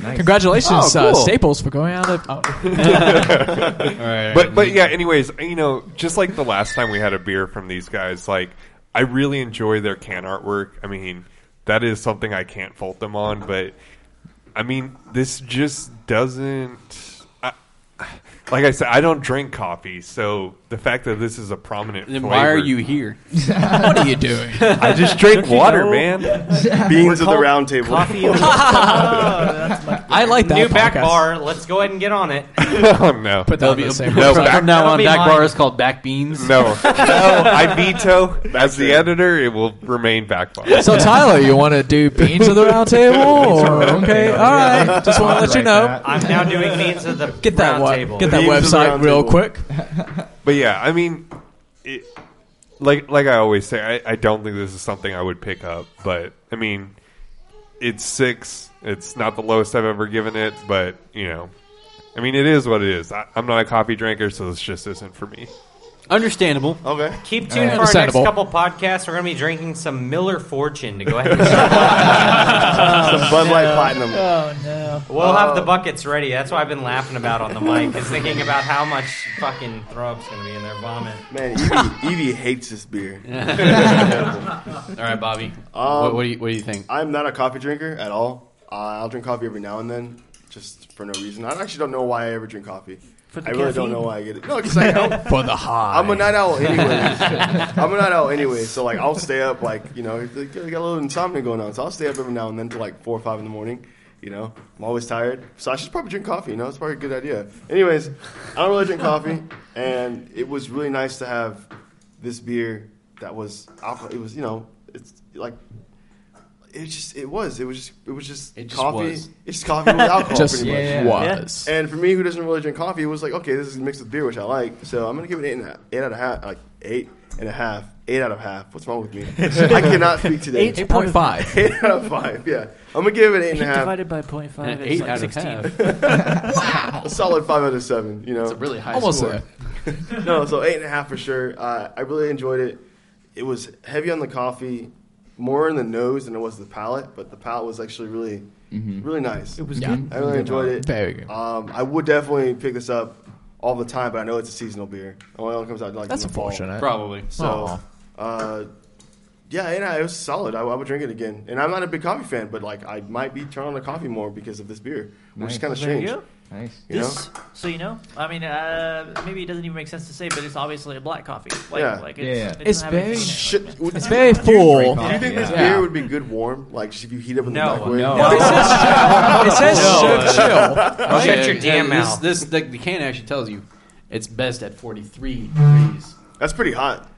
B: Congratulations,
A: Oh,
B: uh,
A: cool.
B: Staples, for going out of. Oh,
G: But but yeah, anyways, you know, just like the last time we had a beer from these guys, like I really enjoy their can artwork. I mean, that is something I can't fault them on, but I mean, this just doesn't I, like I said, I don't drink coffee, so the fact that this is a prominent
A: Then
G: flavor,
A: why are you here?
B: what are you doing?
G: I just drink
D: you
G: water,
D: know?
G: man.
C: Beans of the round table.
D: Coffee.
B: I like that.
D: New back
B: podcast.
D: bar. Let's go ahead and get on it.
G: oh no,
B: Put that on the same.
G: No,
A: from
G: back-
A: now
D: that'll
A: on,
D: be
A: back
D: mine.
A: bar is called back beans.
G: no, no, I veto. As the editor, it will remain backfire.
B: So Tyler, you want to do beans of the round table? Or, okay, all right. Just want to let you
E: Copyright
B: know.
E: that.
D: I'm now doing means of the
B: Get that
D: round
B: one.
D: table.
B: Get that
C: Beans of the
B: website
C: round
B: real
C: table.
B: quick.
G: But yeah, I mean, it, like like I always say, I, I don't think this is something I would pick up. But I mean, it's six. It's not the lowest I've ever given it, but you know, I mean, it is what it is. I, I'm not a coffee drinker, so this just isn't for me.
A: Understandable.
C: Okay.
D: Keep tuned for our next
B: Understandable.
D: couple podcasts. We're going to be drinking some Miller Fortune to go ahead. and
C: Some Bud Light Platinum.
F: Oh no.
D: We'll have the buckets ready. That's what I've been laughing about on the mic is thinking about how much fucking throw up's going to be in their vomit.
C: Man, Evie, Evie hates this beer.
A: All right, Bobby.
C: Um,
A: what, what do you what do you think?
C: I'm not a coffee drinker at all. Uh, I'll drink coffee every now and then, just for no reason. I actually don't know why I ever drink coffee. I really don't
F: caffeine?
C: know why I get it. No, because I don't.
B: For the high.
C: I'm a night owl anyways. I'm a night owl anyway, so like I'll stay up like you know I got a little insomnia going on, so I'll stay up every now and then till like four or five in the morning. You know, I'm always tired, so I should probably drink coffee. You know, it's probably a good idea. Anyways, I don't really drink coffee, and it was really nice to have this beer that was alcohol. It was you know it's like. It just it was it was just it was just,
A: It just
C: coffee.
A: was.
C: It's just coffee with alcohol.
B: Just
C: Oh, pretty much.
B: was.
C: And for me, who doesn't really drink coffee, it was like, okay, this is mixed with beer, which I like. So I'm gonna give it eight and a, eight out of half, like eight and a half, eight out of half. What's wrong with me? I cannot speak today. Eight,
B: 8.5.
C: out of five. Yeah, I'm gonna give it eight
F: Eight
C: and a half,
F: divided by 0.5 is
A: Eight
F: like
A: out of
F: 16.
A: half.
C: a solid five out of seven. You know,
A: It's a really high
B: Almost
A: score.
B: there.
C: no, so eight and a half for sure. Uh, I really enjoyed it. It was heavy on the coffee, more in the nose than it was the palate, but the palate was actually really, really nice.
F: Mm-hmm. It was
B: Yeah.
F: good.
C: I really enjoyed it.
B: Very good.
C: Um, I would definitely pick this up all the time, but I know it's a seasonal beer. It only comes out like
B: That's
C: in the fall.
B: unfortunate.
A: Probably.
C: So, uh, yeah, and I, it was solid. I, I would drink it again. And I'm not a big coffee fan, but like I might be turning on to coffee more because of this beer, which is
E: Nice.
C: kind of
F: There you
C: strange.
F: go.
E: Nice.
C: You know?
F: This, so you know, I mean, uh, maybe it doesn't even make sense to say, but it's obviously a black coffee. Like,
C: Yeah.
F: like it's,
E: Yeah, yeah.
F: it doesn't
B: It's
F: have anything
B: very-
F: in it.
C: Shit, would,
B: It's very full.
E: Drink
C: do you think this
B: Yeah.
C: beer would be good warm? Like just if you heat up in the
D: No,
C: microwave?
E: no.
B: Well, it says, it says chill.
D: Shut your damn
A: uh, this,
D: mouth.
A: This, the, the can actually tells you it's best at 43 degrees.
C: That's pretty hot.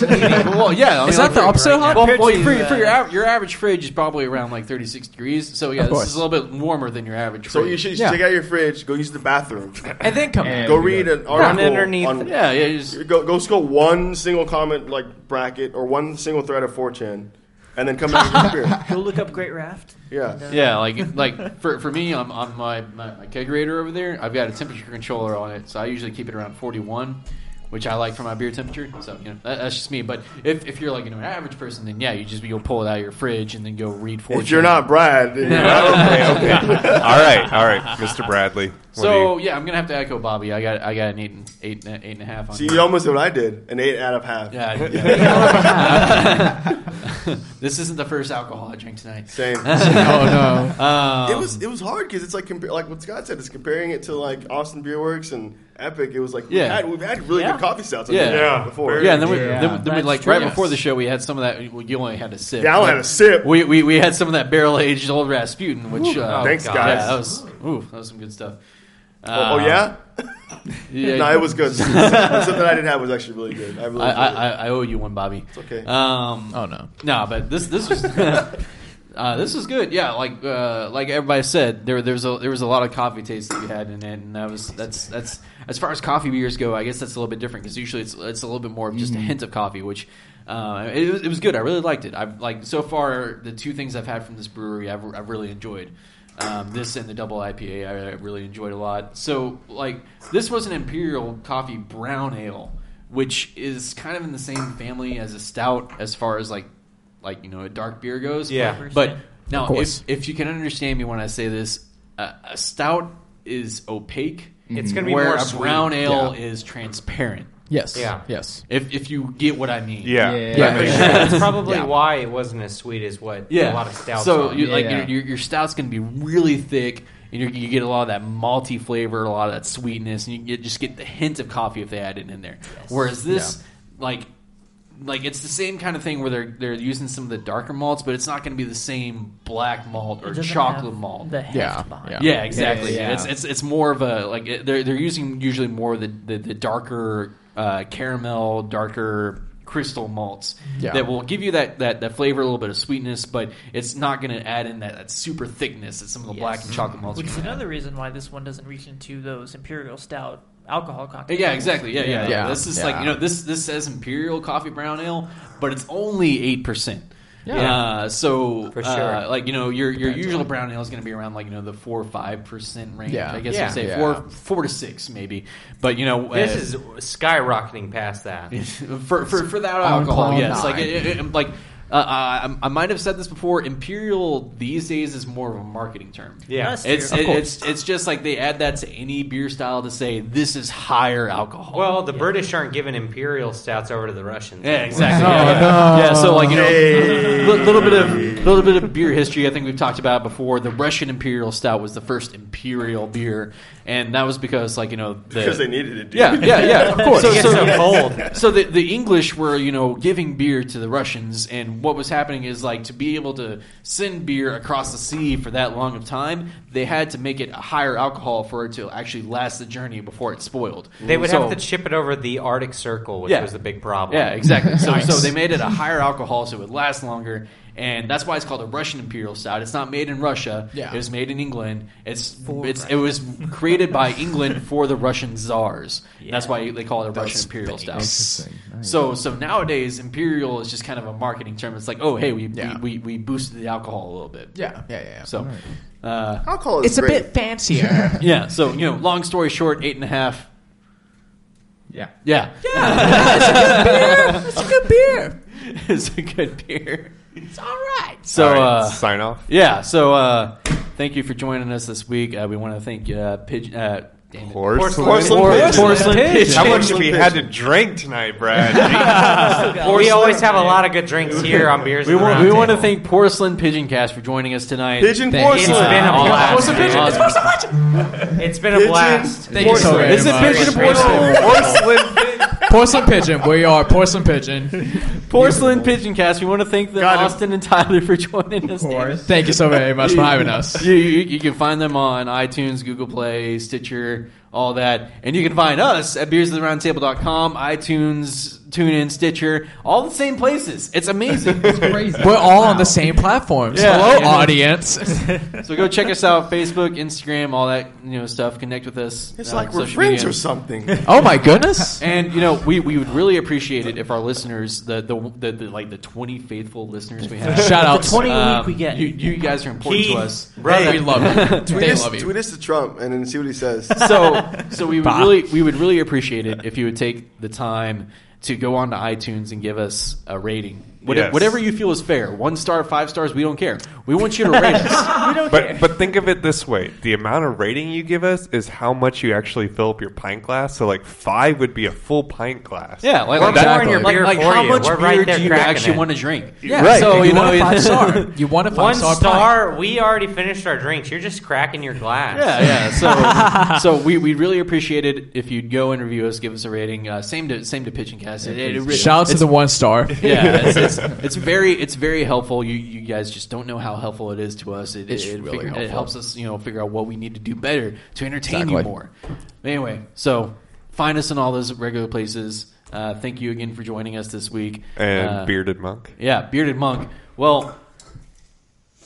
A: well, yeah. I mean,
B: Is
A: like,
B: that the upsell hot?
A: Well, well,
F: Pitch
A: for,
F: is,
A: for your
F: uh,
A: av- your average fridge is probably around like 36 degrees. So yeah,
B: Of
A: this
B: course.
A: is a little bit warmer than your average.
C: So
A: fridge.
C: you should you should
B: Yeah.
C: take out your fridge, go use the bathroom,
B: And then come
E: And-
B: in.
C: go
E: we
C: read
E: go.
C: an article
D: underneath
C: on
A: Yeah, yeah. you just-
C: Go, go score one single comment like bracket or one single thread of 4chan, and then come back to the beer.
F: Go look up Great Raft.
C: Yeah.
A: Yeah, like like for, for me, on, on my, my my kegerator over there, I've got a temperature controller on it, so I usually keep it around forty one, which I like for my beer temperature. So you know that, that's just me. But if, if you're like you know, an average person, then yeah, you just you'll pull it out of your fridge and then go read. for
C: If you're not Brad, then you're out.
G: okay, okay. All right, all right, Mr. Bradley. what do
A: so
G: you-
A: yeah, I'm gonna have to echo Bobby. I got I got an eight and eight and, eight and a half on.
C: See,
A: here.
C: you almost did what I did. An eight out of half.
A: Yeah, I- yeah. this isn't the first alcohol I drink tonight.
C: Same.
B: Oh, no.
A: Um,
C: it was it was hard because it's like compa- like what Scott said. It's comparing it to like Austin Beer Works and Epic. It was like we've
A: Yeah.
C: had, we've had really
F: Yeah.
C: good coffee stouts.
A: Yeah.
C: yeah. before.
A: Yeah, and then we,
E: Yeah.
A: then, then we
F: That's
A: like
F: true.
A: right
F: Yes.
A: before the show, we had some of that. well, You only had a sip.
C: yeah, I had a sip. Oh,
A: We, we, we had some of that barrel aged old Rasputin, which uh,
C: Thanks,
A: yeah,
C: guys.
A: that was ooh, that was some good stuff.
C: oh, oh,
A: Uh,
C: yeah.
A: yeah.
C: no, it was good. Something that I didn't have was actually really good. I really
A: I, I,
C: enjoyed
A: I- I owe you one, Bobby. It's
C: okay.
A: Um,
B: Oh, no.
A: No, but this this was uh, this was good. Yeah, like uh, like everybody said, there there's a there was a lot of coffee taste that we had in it, and that was that's that's as far as coffee beers go. I guess that's a little bit different because usually it's it's a little bit more of just a hint of coffee, which. Uh, it, was- it was good. I really liked it. I've like so far the two things I've had from this brewery, I've, I've really enjoyed. Um, this and the double IPA I I really enjoyed a lot. So like this was an imperial coffee brown ale, which is kind of in the same family as a stout as far as like like you know a dark beer goes.
D: Yeah.
A: but now
B: course.
A: if if you can understand me when I say this, uh, a stout is opaque.
D: It's gonna be
A: where
D: more
A: a
D: sweet.
A: brown ale is transparent.
B: Yes.
D: Yeah.
B: Yes.
A: If if you get what I mean.
G: Yeah.
E: Yeah.
G: I think-
D: That's probably
B: Yeah.
D: why it wasn't as sweet as what
A: Yeah.
D: a lot of stouts.
A: So
D: are.
A: you, like
E: Yeah.
A: your, your your stout's gonna be really thick, and you're, you get a lot of that malty flavor, a lot of that sweetness, and you, get- just get the hint of coffee if they add it in there. Whereas this, like. Like it's the same kind of thing where they're they're using some of the darker malts, but it's not going to be the same black malt or
F: It doesn't
A: chocolate
F: have
A: malt.
F: The heft
B: Yeah,
F: behind
B: yeah.
F: it.
A: Yeah, exactly.
E: Yeah.
A: It's it's it's more of a like it- they're they're using usually more of the the, the darker uh, caramel, darker crystal malts
B: Yeah.
A: that will give you that, that that flavor, a little bit of sweetness, but it's not going to add in that, that super thickness that some of the black and chocolate malts.
F: Mm-hmm.
A: are
F: Which is
A: gonna add.
F: another reason why this one doesn't reach into those imperial stout alcohol cocktails.
A: Uh, Yeah, exactly. Yeah, yeah.
B: Yeah.
A: This is like
B: Yeah.
A: you know this this says imperial coffee brown ale, but it's only eight percent.
B: Yeah.
A: Uh, so
D: For
A: for
D: sure.
A: sure, like you know your your usual brown ale is going to be around like you know the four or five percent range.
B: Yeah.
A: I guess
D: Yeah.
A: you say
B: Yeah.
A: four four to six maybe. But you know
D: this
A: uh,
D: is skyrocketing past that.
A: for for, for that alcohol,
B: cloud
A: yes.
B: nine.
A: Like it, it- it- like uh, uh, I, I might have said this before. Imperial these days is more of a marketing term.
D: Yeah.
F: That's
A: It's
F: true.
A: it, it's it's just like they add that to any beer style to say this is higher alcohol.
D: Well, the British aren't giving imperial stouts over to the Russians.
A: Yeah,
D: anymore.
A: exactly. yeah, yeah. Yeah, so like you know, a little bit of little bit of beer history. I think we've talked about it before. The Russian Imperial Stout was the first imperial beer, and that was because like you know the,
C: because they needed it. Dude.
A: yeah yeah yeah of course.
D: So,
A: So,
D: it's
A: so,
D: so cold.
A: so the, the English were, you know, giving beer to the Russians, and what was happening is like to be able to send beer across the sea for that long of time, they had to make it a higher alcohol for it to actually last the journey before it spoiled.
D: They would
A: So-
D: have to chip it over the Arctic Circle, which
A: Yeah.
D: was the big problem.
A: yeah, exactly. So, so they made it a higher alcohol so it would last longer, and that's why it's called a Russian Imperial Stout. It's not made in Russia.
B: Yeah.
A: It was made in England. It's it's it was created by England for the Russian czars. That's why they call it a Russian Imperial Stout.
E: Interesting. Nice.
A: So so nowadays Imperial is just kind of a marketing term. It's like, oh hey, we
B: Yeah.
A: we, we, we boosted the alcohol a little bit.
B: Yeah. Yeah. Yeah.
A: So uh,
C: alcohol is
B: it's a
C: great.
B: bit fancier.
A: yeah, so you know, long story short, eight and a half.
E: Yeah.
A: Yeah.
B: it's a good beer.
A: it's a good beer.
B: It's all right.
A: So
G: All right,
A: uh
G: sign off.
A: Yeah. So uh, thank you for joining us this week. Uh, we want to thank uh, Pigeon. Uh, damn it.
G: Horse.
D: Porcelain.
G: Porcelain.
A: Por-
G: pigeon.
A: Porcelain Pigeon.
G: How much have we had to drink tonight, Brad?
C: Oh,
D: we always have a lot of good drinks here on beers.
A: We
D: at the
A: want,
D: Round
A: we want to
D: Table.
A: thank Porcelain Pigeon Cast for joining us tonight. Uh,
C: Pigeon
A: Thank-
D: It's
C: porcelain.
D: been
A: Oh,
D: a blast.
A: Porcelain Pigeon. It's Porcelain
D: It's been a blast.
B: Thank you so
E: Porcelain.
B: very
E: It's a
B: much.
A: pigeon
D: Very
A: porcelain.
G: Porcelain.
B: Porcelain pigeon. We are porcelain pigeon.
A: Porcelain Pigeon Cast. We want to thank them,
C: Got him.
A: Austin and Tyler for joining us.
B: Thank you so very much for having us.
A: You, you, you can find them on iTunes, Google Play, Stitcher, all that. And you can find us at beersoftheroundtable.com, iTunes, TuneIn, Stitcher, all the same places. It's amazing.
E: Crazy.
B: We're all on the same platforms.
A: Yeah.
B: Hello,
A: Yeah.
B: audience.
A: So go check us out, Facebook, Instagram, all that you know stuff. Connect with us.
C: It's
A: uh,
C: like
A: on
C: we're
A: social
C: friends
A: media.
C: or something.
B: oh my goodness.
A: And you know, we, we would really appreciate it if our listeners, the the, the, the like the twenty faithful listeners we have,
B: Shout out.
F: The 20 a
A: um,
F: week we get.
A: You, you guys are important
D: Keith.
A: to us.
B: Brother, we love you.
C: tweet,
B: they
C: us,
B: love you.
C: tweet us to Trump and then see what he says.
A: So so we would
B: Bah.
A: really we would really appreciate it if you would take the time to go on to iTunes and give us a rating. What,
G: Yes.
A: Whatever you feel is fair. One star, five stars, we don't care. We want you to rate us.
G: But but think of it this way: the amount of rating you give us is how much you actually fill up your pint glass. So like five would be a full pint glass.
A: Yeah, like,
D: We're
A: like
D: pouring your
A: like-
D: beer
A: like
D: for
A: how
D: you.
A: much
D: We're
A: beer
D: right there
A: do you
D: cracking
A: actually
D: it.
A: want to drink?
B: Yeah,
A: Right. So,
B: you,
A: you
B: want
A: know,
B: a five star. You want a five
D: One
B: star.
D: star. We already finished our drinks. You're just cracking your glass.
A: Yeah, yeah. So, so we we really appreciate it if you'd go and review us, give us a rating. Uh, same to same to Pitch and Cast. It, it, it,
B: pint. Shout out to the one star.
A: yeah, it's, it's, it's very it's very helpful. You you guys just don't know how helpful it is to us. It,
B: It's
A: it, it
B: really
A: figure- It
B: helpful.
A: helps us, you know, figure out what we need to do better to entertain
B: Exactly.
A: you more. Anyway, so find us in all those regular places. Uh, thank you again for joining us this week.
G: And
A: Uh,
G: bearded monk.
A: yeah, bearded monk. Well,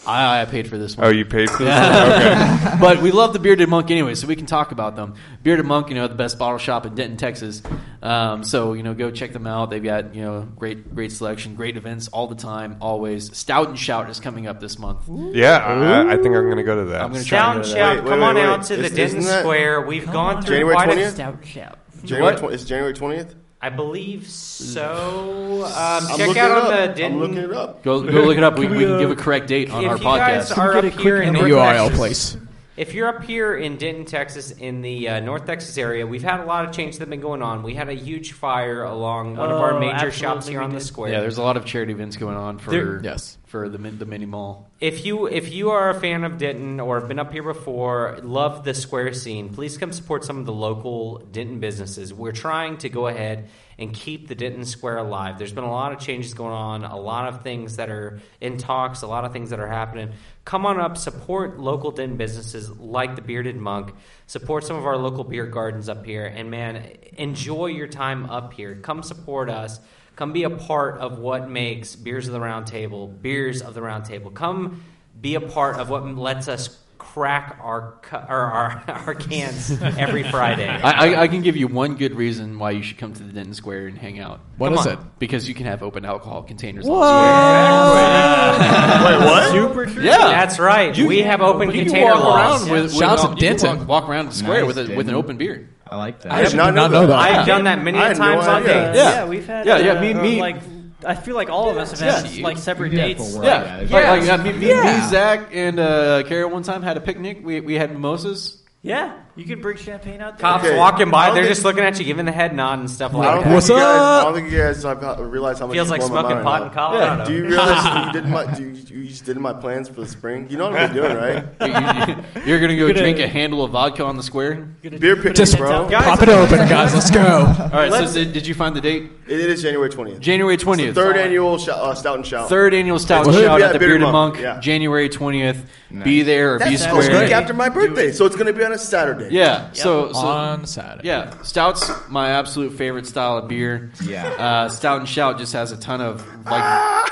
A: I, I paid for this one.
G: Oh, you paid for this? one? Okay.
A: but we love the Bearded Monk anyway, so we can talk about them. Bearded Monk, you know, the best bottle shop in Denton, Texas. Um, so you know, go check them out. They've got you know great, great selection, great events all the time, always. Stout and Shout is coming up this month.
G: Yeah, I, I think I'm gonna go to that.
A: I'm gonna try
D: Shout
A: to
D: and
A: go to
D: shout!
A: that.
C: Wait,
D: come
C: wait,
D: on
C: wait,
D: out to the
C: isn't
D: Denton
C: that-
D: Square. We've gone through
C: January
D: quite a
C: 20th?
F: Stout shout.
C: January
D: What?
C: tw- is January twentieth.
D: I believe so. Um,
C: I'm
D: check
C: looking
D: out
C: it
D: on
C: up.
D: the
C: I'm looking
D: Denton.
C: it up.
A: Go, go look it up. We, we can give a correct date on
D: uh, if
A: our
D: you guys
A: podcast.
D: are
B: Get
D: up
B: a
D: here in
B: quick in the
D: North
B: URL,
D: Texas-
B: place.
D: If you're up here in Denton, Texas, in the uh, North Texas area, we've had a lot of change that's been going on. We had a huge fire along one of our
F: Oh,
D: major shops
F: absolutely
D: here
F: we
D: on the
F: did.
D: square.
A: yeah, there's a lot of charity events going on for
D: There-
B: Yes.
A: for the min- the mini mall.
D: If you if you are a fan of Denton or have been up here before, love the square scene, please come support some of the local Denton businesses. We're trying to go ahead and keep the Denton Square alive. There's been a lot of changes going on, a lot of things that are in talks, a lot of things that are happening. Come on up, support local Denton businesses like the Bearded Monk. Support some of our local beer gardens up here, and man, enjoy your time up here. Come support us. Come be a part of what makes Beers of the Round Table, Beers of the Round Table. Come be a part of what lets us crack our cu- or our, our cans every Friday.
A: I, I, I can give you one good reason why you should come to the Denton Square and hang out.
B: What
A: Come
B: is
A: on.
B: it?
A: Because you can have open alcohol containers. On the square.
C: Wait, what?
A: Yeah,
D: That's right. we have open
A: you
D: container
A: can walk
D: laws.
A: around with, with
B: Shout out
A: an-
B: to
A: you can
B: Denton.
A: Walk, walk around the square
E: Nice,
A: with a, with an
E: Denton.
A: open beer.
E: I like that.
B: I did
C: not
B: not
C: know
B: know
C: that.
B: that.
D: I've done that many
C: I had no
D: times on
C: idea.
D: dates.
A: Yeah.
F: we've had.
A: Yeah, yeah,
F: uh,
A: me- me-
F: Like, I feel like all of us have had
A: Yeah.
F: like separate
E: You do that
F: dates.
E: for work.
A: Yeah,
E: Yeah.
A: Like, like, uh, me, me, me, Zach, and uh, Kara one time had a picnic. We, we had mimosas.
F: Yeah, you can bring champagne out there.
D: Cops
C: Okay.
D: walking
C: I
D: by,
C: don't
D: they're
C: think-
D: just looking at you, giving the head nod and stuff
C: I
D: like
C: don't
D: that.
B: What's
C: think you guys, I
B: up?
C: don't think you guys have realized how much
D: Feels
C: you
D: like
C: blow my
D: smoking
C: mind
D: pot
C: right
D: in
C: now.
D: Colorado.
C: Do you realize that you did my? Do you, you just did my plans for the spring? You know what I'm doing, right?
A: You, are gonna go
F: Gonna-
A: drink a handle of vodka on the square.
C: Beer picnic,
B: Just
C: bro.
F: Guys,
B: Pop it open, guys. Let's go.
A: All right. so did, did you find the date?
C: It is January 20th.
A: January twentieth.
C: Third annual sh- uh, Stout and Shout.
A: Third annual Stout and
B: Well,
A: Shout
C: yeah,
A: at the
C: Bearded
A: Bearded Monk,
C: Monk, yeah.
A: January twentieth. Be there or be
F: That's
A: square.
C: It's
B: great.
C: week after my birthday, so it's going to be on a Saturday.
A: Yeah. So, so
B: On Saturday.
A: yeah, Stout's my absolute favorite style of beer.
E: Yeah.
A: Uh, Stout and Shout just has a ton of like.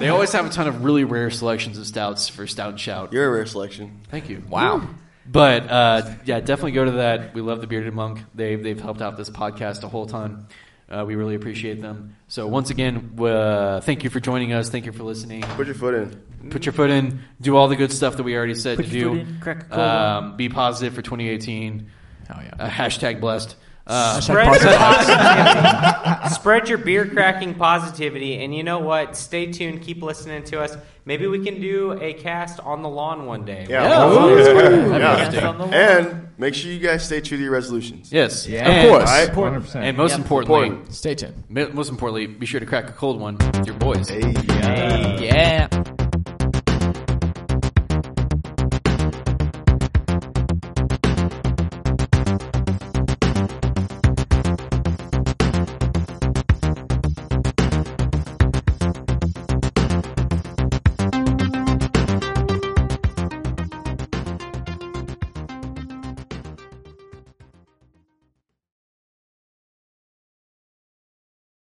A: they always have a ton of really rare selections of stouts for Stout and Shout.
C: You're a rare selection.
A: Thank you. Wow. But uh, yeah, definitely go to that. We love the Bearded Monk. They've they've helped out this podcast a whole ton. Uh, we really appreciate them. So once again, uh, thank you for joining us. Thank you for listening.
C: Put your foot in.
A: Put your foot in. Do all the good stuff that we already said
F: Put
A: to
F: your
A: do.
F: foot in, crack a cold one.
A: um, be positive for 2018.
B: Oh, yeah.
A: Uh, hashtag blessed. Uh,
B: Hashtag Parker Knox.
D: Spread your beer cracking positivity, and you know what? Stay tuned. Keep listening to us. Maybe we can do a cast on the lawn one day.
C: Yeah.
A: Yeah.
F: Hands on the wall.
C: And make sure you guys stay true to your resolutions.
A: Yes.
E: Yeah.
A: And-
B: Of course.
C: All right.
E: 100%.
A: And most
F: Yep.
A: importantly,
C: Important.
B: Stay tuned.
A: mo- most importantly, be sure to crack a cold one with your boys.
C: Hey.
E: Yeah.
B: Yeah.